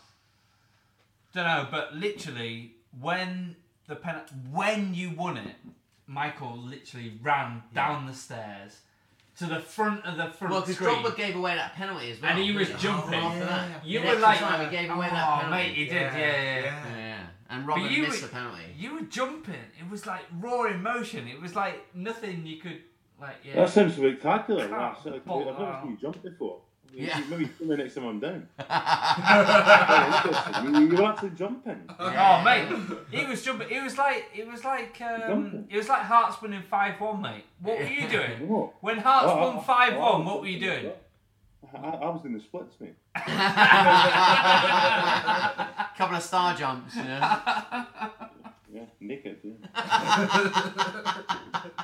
Speaker 2: Don't know, but literally, when the pen, when you won it, Michael literally ran down the stairs to the front of the front
Speaker 4: Well, because
Speaker 2: screen.
Speaker 4: Drogba gave away that penalty as well.
Speaker 2: And he was
Speaker 3: Oh,
Speaker 4: didn't
Speaker 2: jumping.
Speaker 4: After that.
Speaker 2: You
Speaker 4: In
Speaker 2: were
Speaker 4: extra
Speaker 2: like-
Speaker 4: time, he gave away that
Speaker 2: oh,
Speaker 4: penalty.
Speaker 2: mate, he did, yeah, yeah. yeah.
Speaker 4: Yeah, yeah. and Robin
Speaker 2: you
Speaker 4: missed
Speaker 2: were-
Speaker 4: the penalty.
Speaker 2: You were jumping. It was like raw emotion. It was like nothing you could like. Yeah.
Speaker 5: That sounds spectacular. Wow,
Speaker 2: Can't
Speaker 5: so I've
Speaker 2: bother
Speaker 5: never
Speaker 2: that.
Speaker 5: seen you jump before. You-
Speaker 4: Yeah.
Speaker 5: you- Maybe two minutes and I'm down.
Speaker 4: yeah.
Speaker 5: Oh, interesting. you, you were actually jumping.
Speaker 2: Oh mate, he was jumping. It was like it was like um,
Speaker 5: Jumping.
Speaker 2: it was like Hearts winning five one, mate. What were you doing
Speaker 5: What?
Speaker 2: when Hearts
Speaker 5: Oh,
Speaker 2: won
Speaker 5: oh,
Speaker 2: five
Speaker 5: oh,
Speaker 2: one?
Speaker 5: I
Speaker 2: What
Speaker 5: was
Speaker 2: were you
Speaker 5: thinking
Speaker 2: doing?
Speaker 5: about that. I, I was doing the splits, mate.
Speaker 4: Couple of star jumps, you know.
Speaker 5: Yeah, naked. Yeah.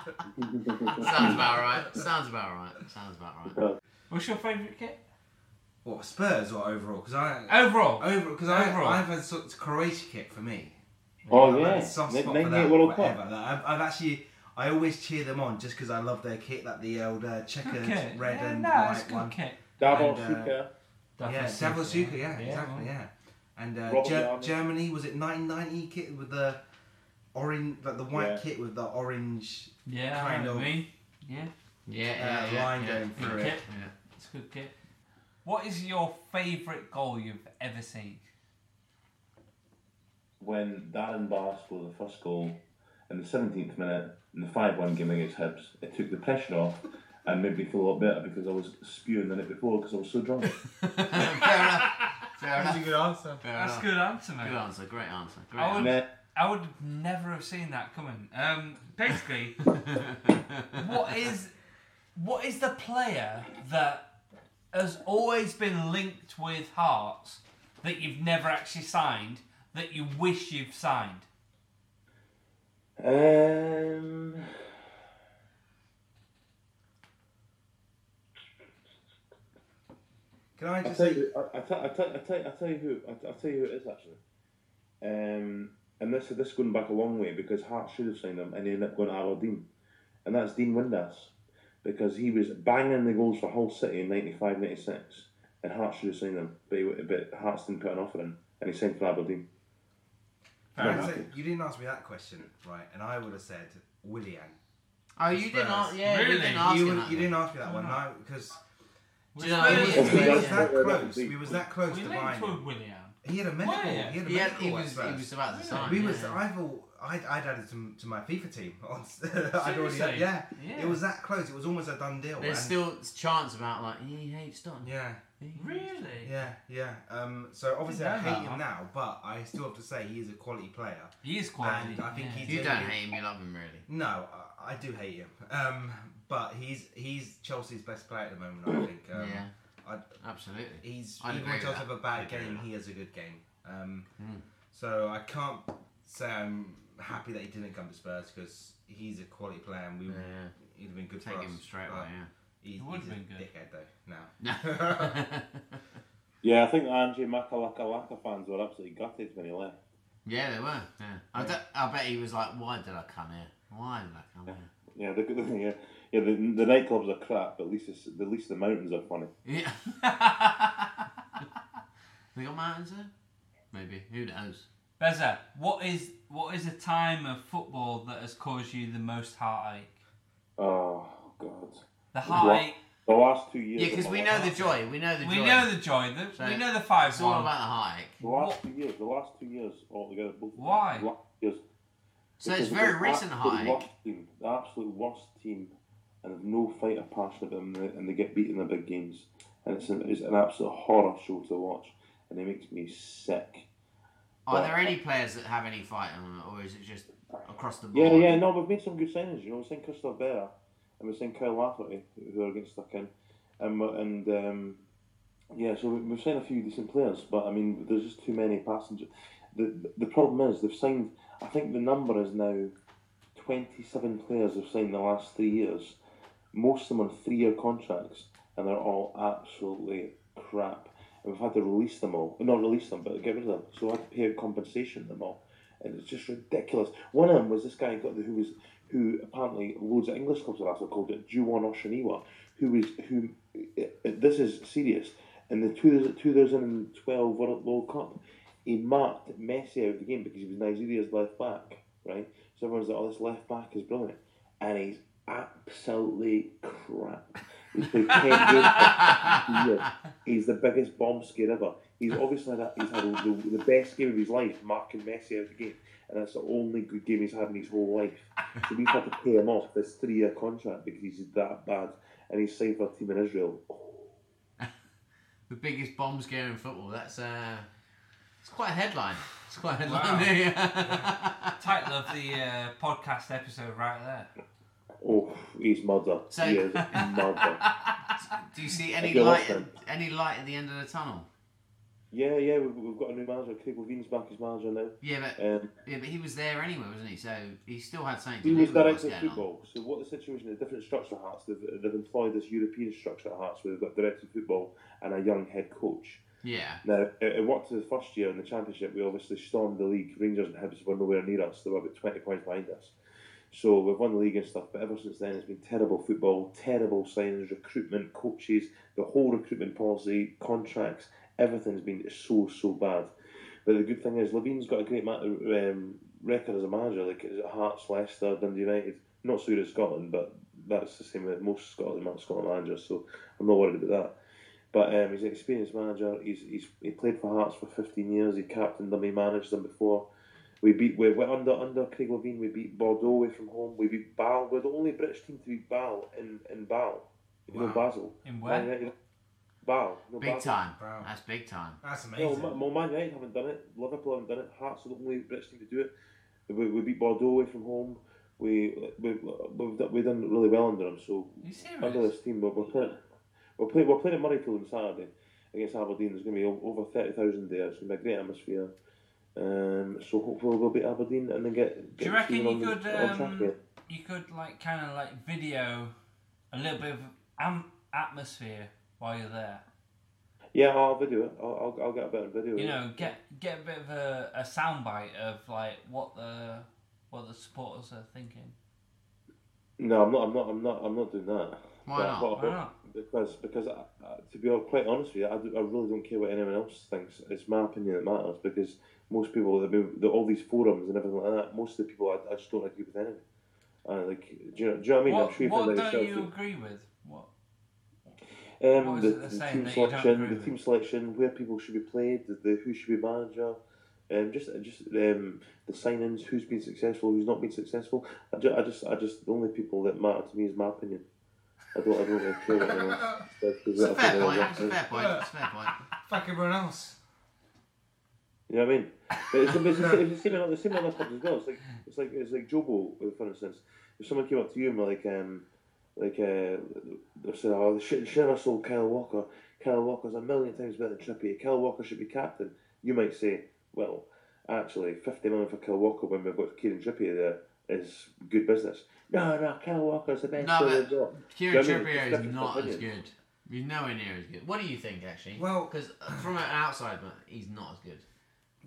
Speaker 4: Sounds about right. Sounds about right. Sounds about right.
Speaker 2: What's your favourite kit
Speaker 3: What Spurs or overall? Because I
Speaker 2: overall?
Speaker 3: Over because I
Speaker 2: Overall.
Speaker 3: I've had sort of Croatia kit for me.
Speaker 5: Oh,
Speaker 3: I've had
Speaker 5: yeah.
Speaker 3: a soft
Speaker 5: Nin-
Speaker 3: spot for
Speaker 5: 98
Speaker 3: that.
Speaker 5: World Cup.
Speaker 3: whatever. Like, I've, I've actually I always cheer them on just because I love their kit, like the old uh,
Speaker 2: Good
Speaker 3: checkered
Speaker 2: kit.
Speaker 3: red
Speaker 2: yeah,
Speaker 3: and
Speaker 2: no, it's
Speaker 3: white
Speaker 2: good
Speaker 3: one.
Speaker 2: kit.
Speaker 5: Davos,
Speaker 3: And, uh,
Speaker 5: Suka.
Speaker 3: Yeah, Savile Suka, yeah, exactly, yeah. And uh,
Speaker 5: Robert
Speaker 3: Ger-
Speaker 5: Yarni.
Speaker 3: Germany was it 1990 kit with the orange, like the white
Speaker 5: Yeah.
Speaker 3: kit with the orange
Speaker 2: Yeah,
Speaker 3: Kind
Speaker 2: I know
Speaker 3: of.
Speaker 2: what you mean. Yeah,
Speaker 4: Yeah,
Speaker 3: uh,
Speaker 4: yeah, yeah,
Speaker 3: line
Speaker 4: yeah.
Speaker 3: going through
Speaker 2: Okay.
Speaker 3: it.
Speaker 4: Yeah.
Speaker 2: it's good kit. What is your favourite goal you've ever seen?
Speaker 5: When Darren Barr scored the first goal in the 17th minute in the 5 1 game against Hibs, it took the pressure off and made me feel a lot better because I was spewing the night before because I was so drunk.
Speaker 4: Fair enough. Fair enough.
Speaker 3: good answer.
Speaker 4: Fair
Speaker 2: That's
Speaker 4: enough.
Speaker 2: good answer, mate.
Speaker 4: Good answer. Great answer. Great
Speaker 2: I
Speaker 5: and
Speaker 2: would-
Speaker 5: then,
Speaker 2: I would never have seen that coming. Um, basically, what is what is the player that has always been linked with Hearts that you've never actually signed that you wish you've signed?
Speaker 5: um,
Speaker 3: Can I
Speaker 1: I
Speaker 3: just
Speaker 1: tell
Speaker 3: say?
Speaker 1: you, I, I, tell, I, tell, I, tell, I tell you who I, I tell you who it is actually. Um, and this this is going back a long way because Hart should have signed him and he ended up going to Aberdeen, and that's Dean Windass because he was banging the goals for Hull City in 95, 96 and Hart should have signed him, but he, but Hearts didn't put an offer in and he signed for Aberdeen.
Speaker 3: Can I
Speaker 1: Yeah.
Speaker 3: say- you didn't ask me that question, right? And I would have said Willian.
Speaker 4: Oh, you didn't ask. Yeah,
Speaker 2: Really?
Speaker 4: you didn't ask
Speaker 3: You,
Speaker 4: him
Speaker 3: would-
Speaker 4: that
Speaker 3: you
Speaker 4: then.
Speaker 3: didn't ask me that one, no, because
Speaker 4: Do you know, it
Speaker 2: Which
Speaker 3: we
Speaker 4: was-
Speaker 2: Willian?
Speaker 4: it
Speaker 3: was
Speaker 4: was-
Speaker 1: Yeah.
Speaker 3: that close.
Speaker 1: Yeah.
Speaker 3: We was that close
Speaker 2: We
Speaker 3: to
Speaker 2: linked
Speaker 3: buying
Speaker 2: with
Speaker 3: him.
Speaker 2: William.
Speaker 3: He had a medical.
Speaker 2: Where?
Speaker 3: He had a
Speaker 4: he, had,
Speaker 3: medical.
Speaker 4: he
Speaker 3: at
Speaker 4: was, he
Speaker 3: first.
Speaker 4: was about to
Speaker 2: Really?
Speaker 4: sign.
Speaker 3: We
Speaker 4: yeah.
Speaker 3: was. I've al- I'd, I'd added to, to my FIFA team. On, I'd already,
Speaker 2: Seriously?
Speaker 3: yeah,
Speaker 2: Yeah.
Speaker 3: It was that close. It was almost a done deal.
Speaker 4: There's
Speaker 3: and-
Speaker 4: still chance about like he hates Don.
Speaker 3: Yeah,
Speaker 4: He-
Speaker 2: Really?
Speaker 3: yeah, yeah. Um, so obviously I
Speaker 2: Didn't know
Speaker 3: hate
Speaker 2: that,
Speaker 3: him
Speaker 2: huh?
Speaker 3: now, but I still have to say he is a quality player.
Speaker 2: He is quality.
Speaker 3: And I think
Speaker 2: yeah.
Speaker 3: he's-
Speaker 4: You don't hate him. You love him, really.
Speaker 3: No, I, I do hate him. Um, but he's he's Chelsea's best player at the moment. I think. Um,
Speaker 4: yeah,
Speaker 3: I'd-
Speaker 4: absolutely.
Speaker 3: He's
Speaker 4: I'd
Speaker 3: even
Speaker 4: agree
Speaker 3: when
Speaker 4: with
Speaker 3: Chelsea have
Speaker 4: that.
Speaker 3: a bad
Speaker 4: I'd agree
Speaker 3: game,
Speaker 4: with
Speaker 3: he has a good game. Um,
Speaker 4: Mm.
Speaker 3: So I can't say I'm happy that he didn't come to Spurs because he's a quality player and we
Speaker 4: Yeah,
Speaker 3: would he'd have been good
Speaker 4: take
Speaker 3: for
Speaker 4: him
Speaker 3: us.
Speaker 4: straight
Speaker 3: but
Speaker 4: away.
Speaker 3: He's,
Speaker 2: It would
Speaker 3: he's
Speaker 2: have been
Speaker 3: a
Speaker 2: good.
Speaker 3: dickhead though. Now.
Speaker 4: Yeah.
Speaker 1: Yeah, I think Angie Makalaka fans were absolutely gutted when he left.
Speaker 4: yeah, they were. Yeah. I, bet- I bet he was like, "Why did I come here? Why did I come here?"
Speaker 1: Yeah, the, yeah, yeah. The, the nightclubs are crap, but at least it's, at least the mountains are funny.
Speaker 4: Yeah. they got mountains there? Maybe. Who knows?
Speaker 2: Beza, what is what is a time of football that has caused you the most heartache?
Speaker 1: Oh God.
Speaker 2: The heartache.
Speaker 1: The last two years.
Speaker 4: Yeah,
Speaker 1: of
Speaker 4: because
Speaker 1: my
Speaker 4: we
Speaker 1: life-
Speaker 4: know the joy. We know the joy.
Speaker 2: We know the joy. The,
Speaker 4: So-
Speaker 2: we know the five
Speaker 4: It's all
Speaker 2: one.
Speaker 4: about the hike.
Speaker 1: The last two years, the last two years altogether. Both
Speaker 2: Why?
Speaker 1: the last two years,
Speaker 4: So it's
Speaker 1: because
Speaker 4: very
Speaker 1: the
Speaker 4: recent
Speaker 1: absolute
Speaker 4: hike.
Speaker 1: Worst team, the absolute worst team, and there's no fighter passion about them, and they get beat in the big games, and it's an, it's an absolute horror show to watch, and it makes me sick.
Speaker 4: Are there any players that have any fight on them, or is it just across the
Speaker 1: Yeah,
Speaker 4: board?
Speaker 1: yeah, no, we've made some good signings. You know, we've seen Christoph Berra and we've seen Kyle Lafferty, who are getting stuck in, and we- and um, yeah, so we- we've signed a few decent players, but I mean, there's just too many passengers. The the problem is they've signed. I think the number is now twenty seven players have signed in the last three years. Most of them on three year contracts, and they're all absolutely crap. And we've had to release them all, not release them, but get rid of them. So we had to pay out compensation to them all and it's just ridiculous. One of them was this guy who got the, who was who apparently loads of English clubs are also called it Juwon Oshaniwa, who was who uh, this is serious. In the 2000 2012 World World Cup, he marked Messi out of the game because he was Nigeria's left back, right? So everyone's like, "Oh, this left back is brilliant," and he's absolutely crap. He's played ten games for years. He's the biggest bomb scare ever. He's obviously had a, he's had the, the best game of his life, marking Messi out of the game, and that's the only good game he's had in his whole life. So we've had to pay him off this three-year contract because he's that bad, and he's signed for a team in Israel.
Speaker 4: The biggest bomb scare in football. That's uh, it's quite a headline. It's quite a headline.
Speaker 2: Wow.
Speaker 4: there, yeah.
Speaker 2: Title of the uh, podcast episode right there.
Speaker 1: Oh, he's murder.
Speaker 4: So-
Speaker 1: he is murder.
Speaker 4: Do you see any
Speaker 1: If you're
Speaker 4: light? At,
Speaker 1: listening.
Speaker 4: any light at the end of the tunnel?
Speaker 1: Yeah, yeah, we've, we've got a new manager. Craig Levine's back as manager now.
Speaker 4: Yeah, but
Speaker 1: Um,
Speaker 4: yeah, but he was there anyway, wasn't he? So he still had something to
Speaker 1: He
Speaker 4: do
Speaker 1: was
Speaker 4: with what's
Speaker 1: director of
Speaker 4: going on.
Speaker 1: football. So what the situation is? Different structure at Hearts. They've, they've employed this European structure at Hearts, where they've got director of football and a young head coach.
Speaker 4: Yeah.
Speaker 1: Now it, it worked the first year in the championship. We obviously stormed the league. Rangers and Hibs were nowhere near us. They were about twenty points behind us. So we've won the league and stuff. But ever since then, it's been terrible football, terrible signings, recruitment, coaches, the whole recruitment policy, contracts, everything's been so so bad. But the good thing is, Levine's got a great ma- um, record as a manager. Like at Hearts, Leicester, Dundee United. Not so good at Scotland, but that's the same with most Scotland Scotland managers. So I'm not worried about that. But um, he's an experienced manager. He's, he's he played for Hearts for 15 years. He captained them. He managed them before. We beat we went under under Craig Levine. We beat Bordeaux away from home. We beat Basel. We're the only British team to beat Basel in in Basel. You know
Speaker 3: Wow.
Speaker 1: Basel.
Speaker 2: In where?
Speaker 1: Man United- Basel. No,
Speaker 4: Big
Speaker 1: Basel.
Speaker 4: time.
Speaker 3: Wow.
Speaker 4: That's big time.
Speaker 3: That's
Speaker 1: No,
Speaker 3: amazing.
Speaker 1: Ma- well, Man United haven't done it. Liverpool haven't done it. Hearts are the only British team to do it. We, we beat Bordeaux away from home. We we we've done, we've done really well under them. So
Speaker 2: Are you serious?
Speaker 1: under this team, we're, we're playing we're playing we're playing at Murrayfield on Saturday against Aberdeen. There's going to be o- over thirty thousand there. It's going to be a great atmosphere. Um, so hopefully we'll beat Aberdeen and then get. get
Speaker 2: Do you
Speaker 1: the
Speaker 2: reckon
Speaker 1: season
Speaker 2: you
Speaker 1: on the-
Speaker 2: could,
Speaker 1: on track
Speaker 2: um,
Speaker 1: here.
Speaker 2: You could like kind of like video a little bit of am- atmosphere while you're there.
Speaker 1: Yeah, I'll video it. I'll, I'll, I'll get a better video.
Speaker 2: You
Speaker 1: yeah.
Speaker 2: know, get get a bit of a, a soundbite of like what the what the supporters are thinking.
Speaker 1: No, I'm not. I'm not. I'm not. I'm not doing that.
Speaker 4: Why
Speaker 1: But-
Speaker 4: not?
Speaker 1: but-
Speaker 2: Why not?
Speaker 1: Because because I, I- to be quite honest with you, I, do- I really don't care what anyone else thinks. It's my opinion that matters because most people, I mean, the, all these forums and everything like that, most of the people, I, I just don't agree with anything. And like, do you know, do you know what I mean?
Speaker 2: What,
Speaker 1: I'm sure you feel
Speaker 2: what
Speaker 1: like
Speaker 2: don't
Speaker 1: yourself.
Speaker 2: you agree with? What?
Speaker 1: Um,
Speaker 2: What is
Speaker 1: the,
Speaker 2: it they're
Speaker 1: the
Speaker 2: saying
Speaker 1: team
Speaker 2: that you don't
Speaker 1: selection,
Speaker 2: agree
Speaker 1: the team selection, where people should be played, the, the who should be manager, um, just just um, the signings, who's been successful, who's not been successful. I just, I just, I just the only people that matter to me is my opinion. I don't, I don't really care what anyone else says, 'cause
Speaker 4: It's a
Speaker 1: that
Speaker 4: fair
Speaker 1: opinion
Speaker 4: point.
Speaker 1: is
Speaker 4: It's a
Speaker 1: mine.
Speaker 4: fair point. It's a fair point.
Speaker 3: Fuck everyone else.
Speaker 1: You know what I mean? But It's, it's, the same- it's the same on the same on laptops as well. It's like it's like it's like Jobo, for instance. If someone came up to you and were like um like uh they said, Oh the shit shit I sold Kyle Walker. Kyle Walker's a million times better than Trippier. Kyle Walker should be captain. You might say, Well, actually fifty million for Kyle Walker when we've got Kieran Trippier there is good business. No, no, Kyle Walker's the best
Speaker 4: No,
Speaker 1: player
Speaker 4: but
Speaker 1: we've got.
Speaker 4: Kieran
Speaker 1: Do you know what I mean?
Speaker 4: Trippier
Speaker 1: It's
Speaker 4: is
Speaker 1: different
Speaker 4: not as
Speaker 1: opinions.
Speaker 4: good. He's nowhere near as good. What do you think, actually?
Speaker 3: Well-
Speaker 4: because from an outside, but he's not as good.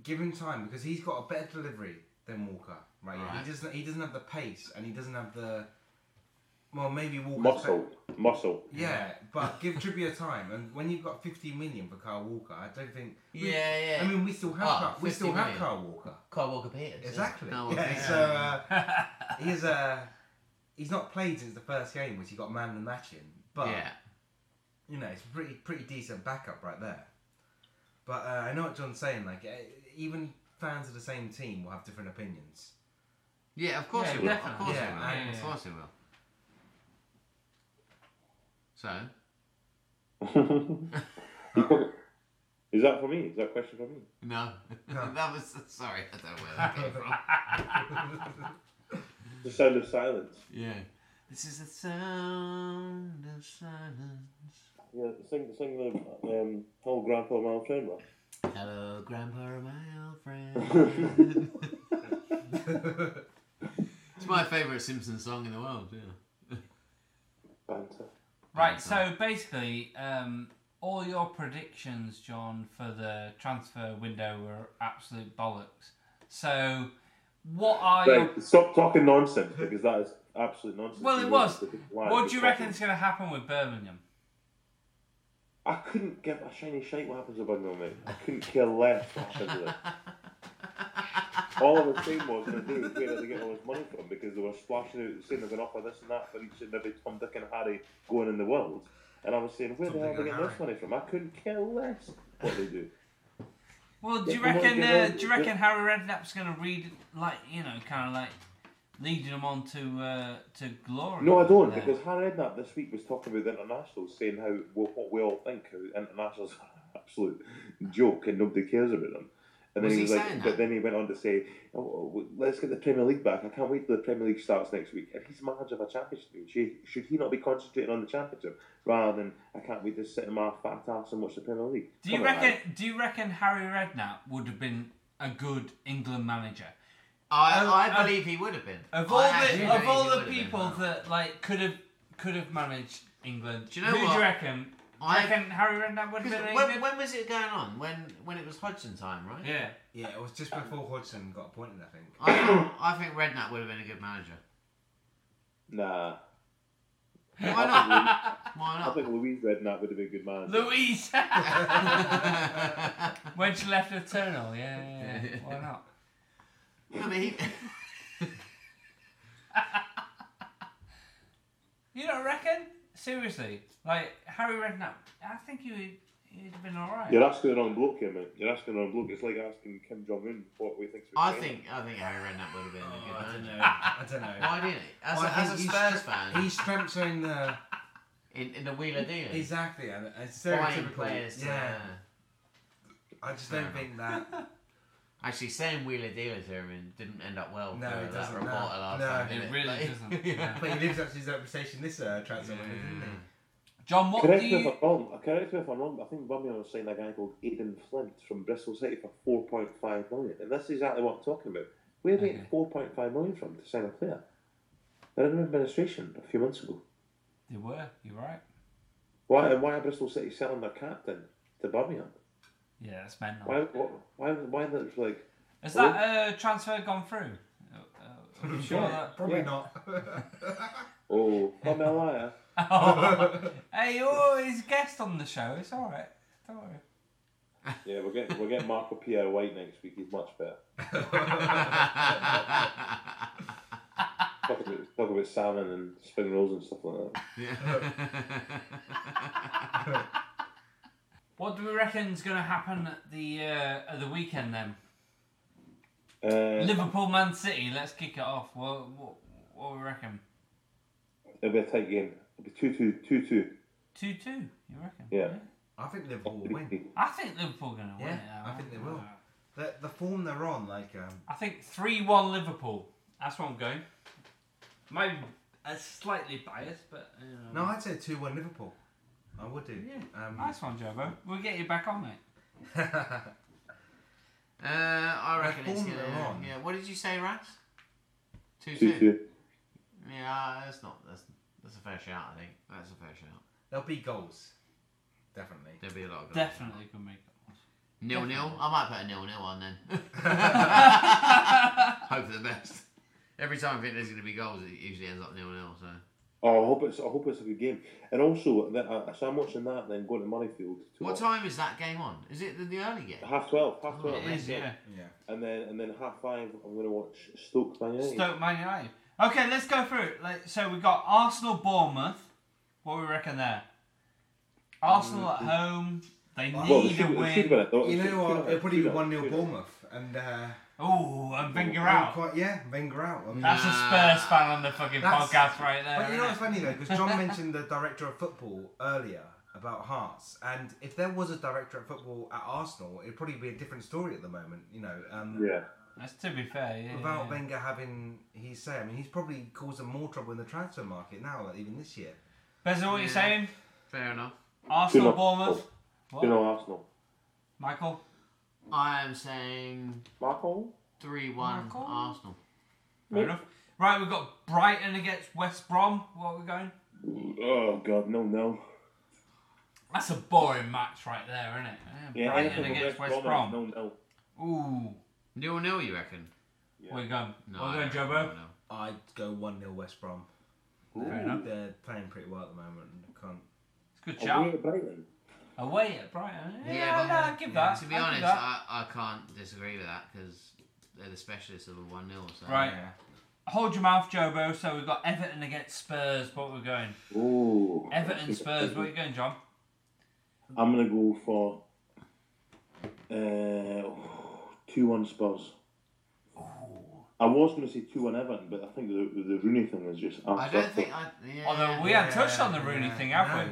Speaker 3: Give him time because he's got a better delivery than Walker. Right?
Speaker 4: Right.
Speaker 3: He doesn't. He doesn't have the pace, and he doesn't have the. Well, maybe Walker's
Speaker 1: Muscle.
Speaker 3: better-
Speaker 1: Muscle.
Speaker 3: Yeah, but give Trippier time, and when you've got 15 million for Kyle Walker, I don't think. we-
Speaker 4: Yeah, yeah.
Speaker 3: I mean, we still have
Speaker 4: Ah,
Speaker 3: Kyle, we still
Speaker 4: 50
Speaker 3: have
Speaker 4: million.
Speaker 3: Kyle Walker.
Speaker 4: Kyle Walker Peters.
Speaker 3: Exactly.
Speaker 4: Kyle Walker
Speaker 3: Yeah,
Speaker 4: Peters.
Speaker 3: so uh, he's uh, he's not played since the first game, which he got man of the match in. But
Speaker 4: yeah.
Speaker 3: you know, it's a pretty pretty decent backup right there. But uh, I know what John's saying. Like uh, even fans of the same team will have different opinions.
Speaker 4: Yeah, of course
Speaker 2: Yeah,
Speaker 4: he will. Of
Speaker 2: definitely.
Speaker 4: course
Speaker 3: Yeah,
Speaker 4: he will.
Speaker 2: yeah,
Speaker 4: Of
Speaker 2: yeah.
Speaker 4: course he will. So,
Speaker 1: Is that for me? Is that a question for me?
Speaker 4: no.
Speaker 3: No.
Speaker 4: that was. Sorry, I don't know where that came from.
Speaker 1: The sound of silence.
Speaker 4: Yeah. This is the sound of silence.
Speaker 1: Yeah, sing, sing the um, whole Grandpa Mal Chandler.
Speaker 4: Hello, Grandpa, my old friend. it's my favourite Simpsons song in the world, yeah.
Speaker 1: Banter.
Speaker 2: Right, so basically, um, all your predictions, John, for the transfer window were absolute bollocks. So, what are your.
Speaker 1: Right, stop talking nonsense because that is absolute nonsense.
Speaker 2: Well,
Speaker 1: You
Speaker 2: it
Speaker 1: know,
Speaker 2: was.
Speaker 1: it's a lie.
Speaker 2: What
Speaker 1: It's
Speaker 2: do you reckon
Speaker 1: fucking-
Speaker 2: is going to happen with Birmingham?
Speaker 1: I couldn't give a shiny shite what happens to Bangor, mate. I couldn't care less what happens to them. All I was saying was, in a day, where did they get all this money from? Because they were splashing out saying they're going to offer this and that for each and every Tom, Dick, and Harry going in the world. And I was saying, where
Speaker 3: Tom,
Speaker 1: the hell are
Speaker 3: Dick
Speaker 1: they
Speaker 3: and
Speaker 1: getting this
Speaker 3: Harry.
Speaker 1: money from? I couldn't care less what they do.
Speaker 2: Well, do
Speaker 1: Yeah,
Speaker 2: you
Speaker 1: come on,
Speaker 2: reckon?
Speaker 1: get
Speaker 2: Uh,
Speaker 1: on.
Speaker 2: do you reckon Harry Redknapp's going to read like you know, kind of like leading them on to uh, to glory?
Speaker 1: No, I don't,
Speaker 4: Yeah.
Speaker 1: because Harry Redknapp this week was talking about the internationals, saying how what, what we all think how internationals are an absolute joke and nobody cares about them. And then
Speaker 4: Was he
Speaker 1: he was like,
Speaker 4: saying that?
Speaker 1: but then he went on to say, oh, w- "Let's get the Premier League back. I can't wait till the Premier League starts next week." And he's manager of a championship team. Should, should he not be concentrating on the championship rather than I can't wait to sit in my fat ass and watch the Premier League?
Speaker 2: Do you
Speaker 1: Come on,
Speaker 2: reckon? Do you reckon Harry Redknapp would have been a good England manager? Um,
Speaker 4: I, I
Speaker 2: um,
Speaker 4: believe he would have been.
Speaker 2: Of
Speaker 4: I
Speaker 2: all
Speaker 4: actually
Speaker 2: the of
Speaker 4: believe
Speaker 2: all the
Speaker 4: he would have been.
Speaker 2: people that like could have could have managed England,
Speaker 4: Do you know
Speaker 2: who do
Speaker 4: what?
Speaker 2: you reckon? Do you
Speaker 4: I-
Speaker 2: reckon Harry Redknapp would have been
Speaker 4: Because
Speaker 2: an
Speaker 4: When,
Speaker 2: England?
Speaker 4: when was it going on? When when it was Hodgson time, right?
Speaker 2: Yeah.
Speaker 3: Yeah, it was just before Hodgson got appointed, I think.
Speaker 4: I think, I think Redknapp would have been a good manager.
Speaker 1: Nah.
Speaker 4: Why
Speaker 1: I
Speaker 4: not?
Speaker 1: think Lu-
Speaker 4: Why
Speaker 1: I
Speaker 4: not?
Speaker 1: think Louise Redknapp would have been a good man.
Speaker 2: Louise, when she left the tunnel, yeah, yeah, yeah. why not?
Speaker 4: No, but he-
Speaker 2: You don't reckon? Seriously, like Harry Redknapp, I think he would, he'd have been all right.
Speaker 1: You're asking the wrong bloke here, mate. You're asking the wrong bloke. It's like asking Kim Jong Un what we think.
Speaker 4: I think I think Harry Redknapp would have been
Speaker 3: Oh,
Speaker 4: a
Speaker 3: I
Speaker 4: good
Speaker 3: don't know.
Speaker 4: manager.
Speaker 3: I don't know.
Speaker 4: Why didn't he? As,
Speaker 3: Well,
Speaker 4: a,
Speaker 3: I
Speaker 4: as a
Speaker 3: think
Speaker 4: Spurs
Speaker 3: he's-
Speaker 4: fan,
Speaker 3: He's transferring the
Speaker 4: in, in the wheeler dealer,
Speaker 3: exactly, and it's
Speaker 4: buying
Speaker 3: stereotypical.
Speaker 4: players. to-
Speaker 3: yeah, I just don't
Speaker 4: Fair
Speaker 3: think that.
Speaker 4: Actually, saying wheeler dealer to him and didn't end up well
Speaker 3: No,
Speaker 4: for
Speaker 3: it
Speaker 4: that
Speaker 3: doesn't, no.
Speaker 4: reporter last
Speaker 3: No.
Speaker 4: time.
Speaker 3: It
Speaker 4: did
Speaker 2: It really
Speaker 4: Like-
Speaker 2: doesn't.
Speaker 4: yeah.
Speaker 3: But he lives up to his reputation this uh, transfer
Speaker 4: Yeah.
Speaker 3: window, doesn't
Speaker 2: Mm.
Speaker 3: he?
Speaker 2: John, what
Speaker 1: Correct
Speaker 2: do
Speaker 1: me if
Speaker 2: you?
Speaker 1: I'm wrong. Uh, Correct me if I'm wrong. but I think Birmingham was signed a guy called Aidan Flint from Bristol City for four point five million, and that's exactly what I'm talking about. Where are they
Speaker 4: Mm-hmm.
Speaker 1: getting four point five million from to sign a player? They're in administration a few months ago.
Speaker 2: They were. You're right.
Speaker 1: Why and why are Bristol City selling their captain to to Birmingham.
Speaker 2: Yeah, that's mental.
Speaker 1: Why, why, why not like
Speaker 2: Has that uh, transfer gone through? Uh, uh, I'm sure that.
Speaker 3: Probably
Speaker 1: Yeah.
Speaker 3: not.
Speaker 1: Oh, I'm a liar.
Speaker 2: Oh. hey, you're always guest on the show. It's all right. Don't worry.
Speaker 1: Yeah, we'll get we'll get Marco Pierre White next week. He's much better. Talk about, talk about salmon and spring rolls and stuff like that.
Speaker 2: What do we reckon's going to happen at the uh, at the weekend then?
Speaker 1: Uh,
Speaker 2: Liverpool, Man City. Let's kick it off. What what, what we reckon?
Speaker 1: it'll be a tight game. It'll be 2 2, 2 2.
Speaker 2: Two two. You reckon?
Speaker 1: Yeah.
Speaker 3: I think Liverpool will win.
Speaker 2: I think Liverpool are going to win.
Speaker 3: Yeah,
Speaker 2: it,
Speaker 3: I think they will. The, the form they're on, like, um,
Speaker 2: I think three one Liverpool. That's where I'm going. Maybe uh, slightly biased, but you know.
Speaker 3: no, I'd say 2 1 Liverpool. I would do.
Speaker 2: Yeah.
Speaker 3: Um,
Speaker 2: Nice one, Jobo. We'll get you back on, mate.
Speaker 4: Uh, I
Speaker 3: The
Speaker 4: reckon it's
Speaker 3: form they're
Speaker 4: gonna.
Speaker 3: on.
Speaker 4: Yeah. What did you say, Rats? Two
Speaker 1: 2
Speaker 4: two.
Speaker 1: 2.
Speaker 4: Yeah, uh, that's not. That's that's a fair shout. I think that's a fair shout.
Speaker 3: There'll be goals. Definitely.
Speaker 4: There'll be a lot of goals.
Speaker 2: Definitely can make it.
Speaker 4: Nil nil. I might put a nil nil on then. Hope for the best. Every time I think there's going to be goals, it usually ends up nil nil. So
Speaker 1: Oh, I hope it's I hope it's a good game. And also, that, uh, so I'm watching that, then going to Murrayfield. To
Speaker 4: what
Speaker 1: watch-
Speaker 4: time is that game on? Is it the, the early game?
Speaker 1: Half twelve. Half twelve.
Speaker 4: it
Speaker 2: Is, yeah.
Speaker 3: Yeah.
Speaker 1: And then and then half five. I'm going to watch Stoke Man United.
Speaker 2: Stoke Man United. Okay, let's go through it. Like, so we got Arsenal, Bournemouth. What we reckon there? Arsenal at home. They
Speaker 1: Mm. Well, they
Speaker 2: need
Speaker 1: should,
Speaker 2: a
Speaker 1: they should
Speaker 2: win.
Speaker 1: win it. though.
Speaker 3: You
Speaker 1: They should
Speaker 3: know
Speaker 1: win
Speaker 3: what?
Speaker 1: it.
Speaker 3: It'll probably be
Speaker 1: Should it.
Speaker 3: 1 0
Speaker 1: Should it.
Speaker 3: Bournemouth. And, uh,
Speaker 2: Oh, and Wenger
Speaker 3: I'm
Speaker 2: out.
Speaker 3: Quite, yeah, Wenger out. I mean,
Speaker 2: That's a Spurs fan on the fucking
Speaker 3: That's-
Speaker 2: podcast right there.
Speaker 3: But you know
Speaker 2: isn't
Speaker 3: what's funny though, because John mentioned the director of football earlier about Hearts, and if there was a director of football at Arsenal, it'd probably be a different story at the moment. You know, um,
Speaker 1: Yeah.
Speaker 2: it? That's to be fair. Yeah,
Speaker 3: without
Speaker 2: yeah.
Speaker 3: Wenger having his say, I mean, he's probably causing more trouble in the transfer market now, like, even this year.
Speaker 2: Bezza, what you
Speaker 4: Yeah.
Speaker 2: saying?
Speaker 4: Fair enough.
Speaker 2: Arsenal,
Speaker 1: Two-nil.
Speaker 2: Bournemouth.
Speaker 1: You
Speaker 2: What?
Speaker 1: know Arsenal.
Speaker 2: Michael.
Speaker 4: I am saying
Speaker 1: Marco.
Speaker 4: three one
Speaker 2: Marco?
Speaker 4: Arsenal.
Speaker 2: Fair enough. Right, we've got Brighton against West Brom. What are we going?
Speaker 1: Oh God, no, no.
Speaker 2: That's a boring match right there, isn't it?
Speaker 1: Yeah,
Speaker 2: Brighton
Speaker 1: anything
Speaker 2: against
Speaker 1: against
Speaker 2: West
Speaker 1: Brom,
Speaker 2: Brom.
Speaker 1: No, no.
Speaker 2: Ooh.
Speaker 4: Nil nil. You reckon?
Speaker 2: Where you going?
Speaker 4: No.
Speaker 2: Where you
Speaker 4: I
Speaker 2: going,
Speaker 4: reckon
Speaker 2: Jobo?
Speaker 4: nil-nil.
Speaker 3: I'd go one 0 West Brom.
Speaker 2: Fair
Speaker 3: They're,
Speaker 2: enough.
Speaker 3: they're playing pretty well at the moment. and I can't.
Speaker 2: It's a good
Speaker 1: Away
Speaker 2: shout.
Speaker 1: at Brighton.
Speaker 2: Away at Brighton. eh? Yeah,
Speaker 4: Yeah,
Speaker 2: no,
Speaker 4: but-
Speaker 2: I'll give
Speaker 3: yeah,
Speaker 2: that.
Speaker 4: To be
Speaker 2: I'll give
Speaker 4: honest,
Speaker 2: that.
Speaker 4: I, I can't disagree with that because they're the specialists of the one 0 So
Speaker 2: Right.
Speaker 3: Yeah.
Speaker 2: Hold your mouth, Jobo. So we've got Everton against Spurs. What we're going?
Speaker 1: Oh.
Speaker 2: Everton, Spurs. Where you going, John?
Speaker 1: I'm gonna go for uh, two one Spurs. I was gonna say two one Everton, but I think the the Rooney thing is just.
Speaker 4: I don't think I. Yeah.
Speaker 2: Although we haven't touched on the Rooney
Speaker 3: yeah,
Speaker 2: thing, have
Speaker 3: no.
Speaker 2: we?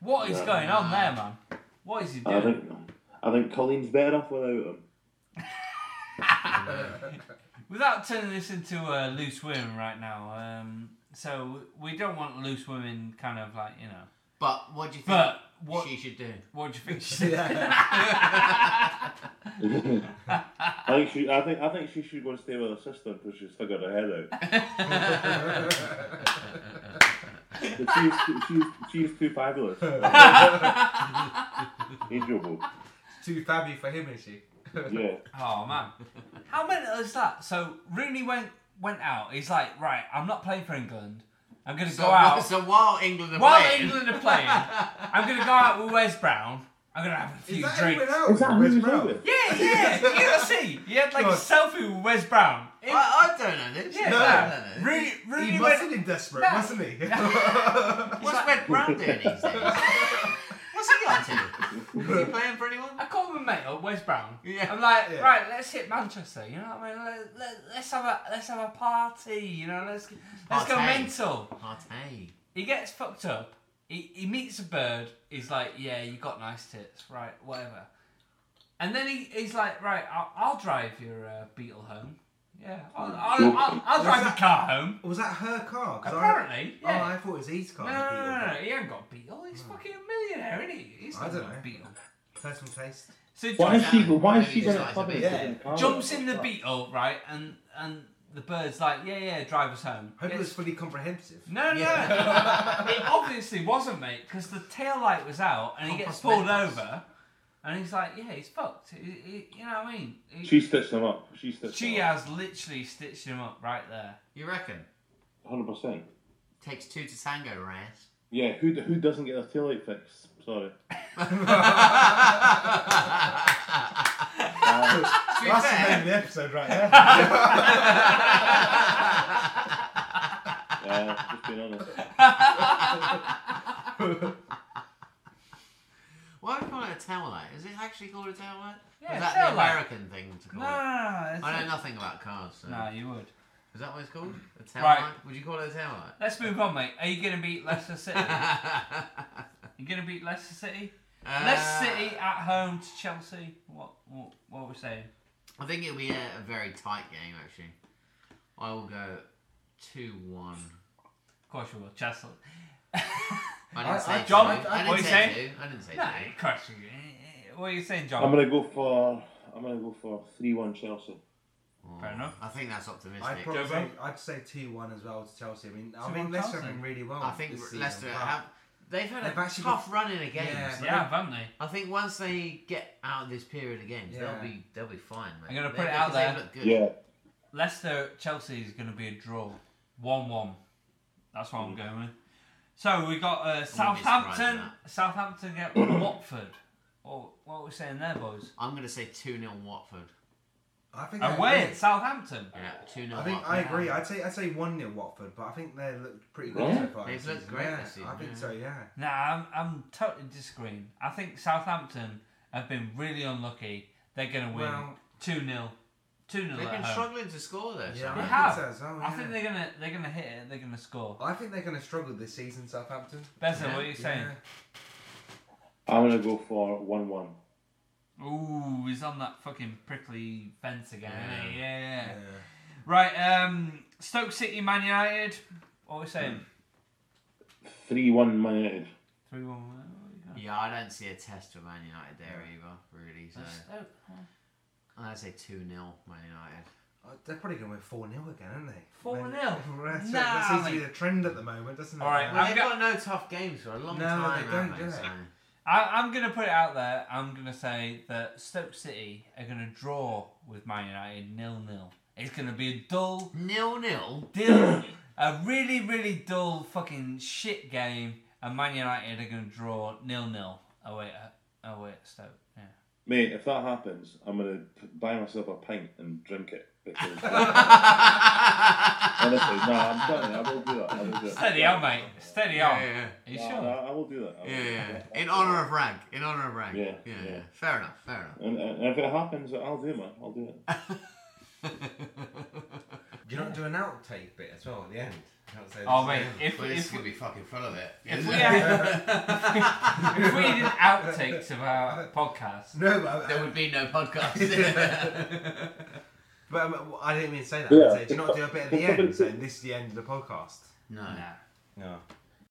Speaker 2: What is
Speaker 1: No.
Speaker 2: going on there, man? What is he
Speaker 1: I
Speaker 2: doing?
Speaker 1: think I think Colleen's better off without him.
Speaker 2: Without turning this into a loose women right now, um, so we don't want loose women kind of like, you know.
Speaker 4: But what do you think
Speaker 2: But what,
Speaker 4: she should do?
Speaker 2: what do you think she said?
Speaker 1: I think she. I think I think she should go and stay with her sister because she's still got her head out. But she's, she's, she's too fabulous. Enjoyable.
Speaker 3: Too fabby for him, is she?
Speaker 1: Yeah.
Speaker 2: Oh man, how mental is that? So Rooney went went out. He's like, right, I'm not playing for England. I'm gonna
Speaker 4: So,
Speaker 2: go out
Speaker 4: so while England are
Speaker 2: while
Speaker 4: playing,
Speaker 2: England are playing. I'm gonna go out with Wes Brown. I'm gonna have a
Speaker 3: Is
Speaker 2: few
Speaker 3: that
Speaker 2: drinks.
Speaker 3: anyone else?
Speaker 1: Is that who
Speaker 3: West
Speaker 1: he's
Speaker 3: Brom?
Speaker 1: with?
Speaker 2: Yeah, yeah, UFC. He had like a
Speaker 3: God.
Speaker 2: selfie with Wes Brown. It-
Speaker 3: Uh,
Speaker 4: I, I don't know this.
Speaker 2: yeah,
Speaker 4: I
Speaker 2: man.
Speaker 4: don't know this.
Speaker 2: Rooney,
Speaker 3: He
Speaker 2: Rooney
Speaker 3: must have
Speaker 2: went.
Speaker 3: been desperate,
Speaker 2: No.
Speaker 3: mustn't he?
Speaker 4: What's Red Brown doing these days? What's he up to? Is he playing for anyone?
Speaker 2: I called my mate up, Wes Brown.
Speaker 4: Yeah.
Speaker 2: I'm like,
Speaker 3: Yeah.
Speaker 2: right, let's hit Manchester. You know what I mean? Let, let, let's have a let's have a party. You know, let's let's go
Speaker 4: Partay.
Speaker 2: mental.
Speaker 4: Partey.
Speaker 2: He gets fucked up. He, he meets a bird. He's like, yeah, you got nice tits, right? Whatever. And then he, he's like, right, I'll, I'll drive your uh, Beetle home. Yeah, I'll, I'll, I'll, I'll drive your car home.
Speaker 3: Was that her car? 'Cause I-
Speaker 2: Apparently, yeah.
Speaker 3: Oh, I thought it was his car.
Speaker 2: no,
Speaker 3: the
Speaker 2: no,
Speaker 3: Beetle
Speaker 2: no, no,
Speaker 3: car.
Speaker 2: he ain't got a Beetle. He's fucking a millionaire, isn't he? He's
Speaker 3: I
Speaker 2: not
Speaker 3: don't
Speaker 2: got a
Speaker 3: know.
Speaker 2: Beetle.
Speaker 3: Personal taste.
Speaker 2: So
Speaker 1: Why is
Speaker 2: jumps,
Speaker 1: she? Why is she going to
Speaker 4: Yeah.
Speaker 1: club?
Speaker 2: jumps in the Beetle, right? And and the bird's like, yeah, yeah, drive us home.
Speaker 3: Hope it
Speaker 2: Yes.
Speaker 3: was fully comprehensive.
Speaker 2: No, no, it obviously wasn't, mate, because the tail light was out and he gets pulled
Speaker 4: Compass.
Speaker 2: over. And he's like, yeah, he's fucked. He- he- you know what I mean? He-
Speaker 5: She stitched him up. She stitched
Speaker 2: she
Speaker 5: him up.
Speaker 2: has literally stitched him up right there.
Speaker 4: You reckon? uh,
Speaker 5: 100%.
Speaker 4: Takes two to tango, Reyes.
Speaker 5: Yeah, who, who doesn't get their taillight fixed? Sorry. Uh,
Speaker 4: To be
Speaker 3: That's the
Speaker 4: fair-
Speaker 3: name of the episode right there.
Speaker 5: yeah, just being honest.
Speaker 4: Why do we call it a towel light? Is it actually called a towel light?
Speaker 2: Yeah,
Speaker 4: is that
Speaker 2: tail
Speaker 4: the
Speaker 2: light.
Speaker 4: American thing to call
Speaker 2: No,
Speaker 4: it?
Speaker 2: no, no,
Speaker 4: I
Speaker 2: no,
Speaker 4: know nothing about cars, so.
Speaker 2: it's- no, you would.
Speaker 4: Is that what it's called? A tail
Speaker 2: Right.
Speaker 4: light? Would you call it a tail light?
Speaker 2: Let's move on, mate. Are you going to beat Leicester City?
Speaker 4: uh,
Speaker 2: you going to beat Leicester City? Leicester City at home to Chelsea. What what, what are we saying?
Speaker 4: I think it'll be a, a very tight game, actually. I will go 2 1.
Speaker 2: Of course you will, Chelsea.
Speaker 4: I
Speaker 3: I-
Speaker 4: didn't say
Speaker 3: I-
Speaker 4: two.
Speaker 2: John,
Speaker 4: I, I
Speaker 2: what
Speaker 4: didn't
Speaker 2: you
Speaker 4: say
Speaker 2: saying?
Speaker 4: two. I didn't say
Speaker 2: no,
Speaker 4: two.
Speaker 2: of course you. eh, eh, What are you saying, John?
Speaker 5: I'm going to go for. I'm gonna go for three one Chelsea.
Speaker 2: Fair enough.
Speaker 4: I think that's optimistic.
Speaker 3: I'd probably
Speaker 2: Jovo?
Speaker 3: say, I'd say two one as well to Chelsea. I mean, I
Speaker 2: 2-1
Speaker 3: mean Leicester have
Speaker 2: Chelsea.
Speaker 3: been really well.
Speaker 4: I think
Speaker 3: this season,
Speaker 4: Leicester
Speaker 3: but
Speaker 4: have. They've had
Speaker 3: They've
Speaker 4: a
Speaker 3: actually
Speaker 4: tough run in a game.
Speaker 3: Yeah.
Speaker 4: so
Speaker 2: yeah, haven't they?
Speaker 4: I think once they get out of this period of games,
Speaker 3: Yeah.
Speaker 4: they'll be they'll be fine. Mate.
Speaker 2: I'm gonna
Speaker 4: They-
Speaker 2: put it
Speaker 4: because
Speaker 2: out
Speaker 4: they
Speaker 2: there.
Speaker 4: look good.
Speaker 5: Yeah,
Speaker 2: Leicester Chelsea is going to be a draw, one one. That's what I'm going with. So we got uh,
Speaker 4: surprised at
Speaker 2: Southampton. Southampton get Watford. Oh, what are we saying there, boys?
Speaker 4: I'm gonna say two 0 Watford.
Speaker 3: I think they're
Speaker 2: Away
Speaker 3: really-
Speaker 2: at Southampton.
Speaker 4: Yeah, two 0
Speaker 3: I
Speaker 4: Watford.
Speaker 3: think I agree. I'd say I'd say one 0 Watford, but I think they look pretty good
Speaker 5: Yeah.
Speaker 3: so far.
Speaker 4: They've
Speaker 3: this
Speaker 4: looked
Speaker 3: season.
Speaker 4: great
Speaker 3: Yeah,
Speaker 4: this season,
Speaker 3: I think
Speaker 4: yeah.
Speaker 3: so. Yeah.
Speaker 2: Nah, I'm, I'm totally disagreeing. I think Southampton have been really unlucky. They're going to win
Speaker 3: Well-
Speaker 2: two 0 two 0
Speaker 4: They've
Speaker 2: at
Speaker 4: been
Speaker 2: home.
Speaker 4: struggling to score though.
Speaker 3: Yeah,
Speaker 2: They
Speaker 3: I
Speaker 4: so-
Speaker 2: have.
Speaker 3: think so as well,
Speaker 2: I think
Speaker 3: yeah.
Speaker 2: they're gonna they're gonna hit it. They're gonna score.
Speaker 3: I think they're going to struggle this season, Southampton.
Speaker 2: Beza,
Speaker 4: Yeah.
Speaker 2: what are you saying?
Speaker 5: I'm going to go for one one.
Speaker 2: Ooh, he's on that fucking prickly fence again. isn't he? Yeah, yeah.
Speaker 3: Yeah.
Speaker 2: Right, um, Stoke City, Man United. What are we saying?
Speaker 5: Three one Man United.
Speaker 2: Three one.
Speaker 4: Yeah, I don't see a test for Man United there either, really. So
Speaker 2: Stoke.
Speaker 4: I'd say two 0 Man United.
Speaker 3: Oh, They're probably going to win 4 0 again, aren't they?
Speaker 2: 4-0?
Speaker 3: That's it.
Speaker 2: Nah,
Speaker 3: that seems to be
Speaker 2: mate.
Speaker 3: the trend at the moment, doesn't it?
Speaker 2: All right,
Speaker 4: Well,
Speaker 2: I'm
Speaker 4: they've
Speaker 2: go-
Speaker 4: got no tough games for a long
Speaker 3: No,
Speaker 4: time.
Speaker 3: they don't,
Speaker 4: haven't
Speaker 3: do they?
Speaker 4: So-
Speaker 2: I, I'm gonna put it out there. I'm gonna say that Stoke City are gonna draw with Man United nil nil. It's gonna be a dull,
Speaker 4: Nil nil.
Speaker 2: dull, a really really dull fucking shit game, and Man United are gonna draw nil nil away at away at Stoke. Yeah.
Speaker 5: Mate, if that happens, I'm gonna buy myself a pint and drink it because honestly, no, I'm telling you, I will do that. I will do that.
Speaker 2: Steady on, mate. Steady on.
Speaker 4: Yeah, yeah,
Speaker 2: Are you
Speaker 5: No,
Speaker 2: sure?
Speaker 5: no, I will do that. I will
Speaker 4: yeah,
Speaker 5: do
Speaker 4: yeah.
Speaker 5: that.
Speaker 4: In honor of rank. In honor of rank.
Speaker 5: Yeah,
Speaker 4: yeah.
Speaker 5: yeah.
Speaker 4: yeah. Fair enough. Fair enough.
Speaker 5: And, and if it happens, I'll do it, man. I'll do it.
Speaker 3: Do you not do an outtake bit as well at the end? Can't say
Speaker 2: Oh
Speaker 3: this
Speaker 2: mate,
Speaker 3: is the end.
Speaker 2: if
Speaker 4: Well, this is
Speaker 2: if,
Speaker 4: gonna be fucking full of it.
Speaker 2: if we had if we did outtakes of our podcast,
Speaker 3: No, but,
Speaker 4: there
Speaker 3: um,
Speaker 4: would be no podcast.
Speaker 3: but um, I didn't mean to say that.
Speaker 5: Yeah.
Speaker 3: I'd say, do you not do a bit at the end saying this is the end of the podcast?
Speaker 4: no.
Speaker 2: nah.
Speaker 3: No.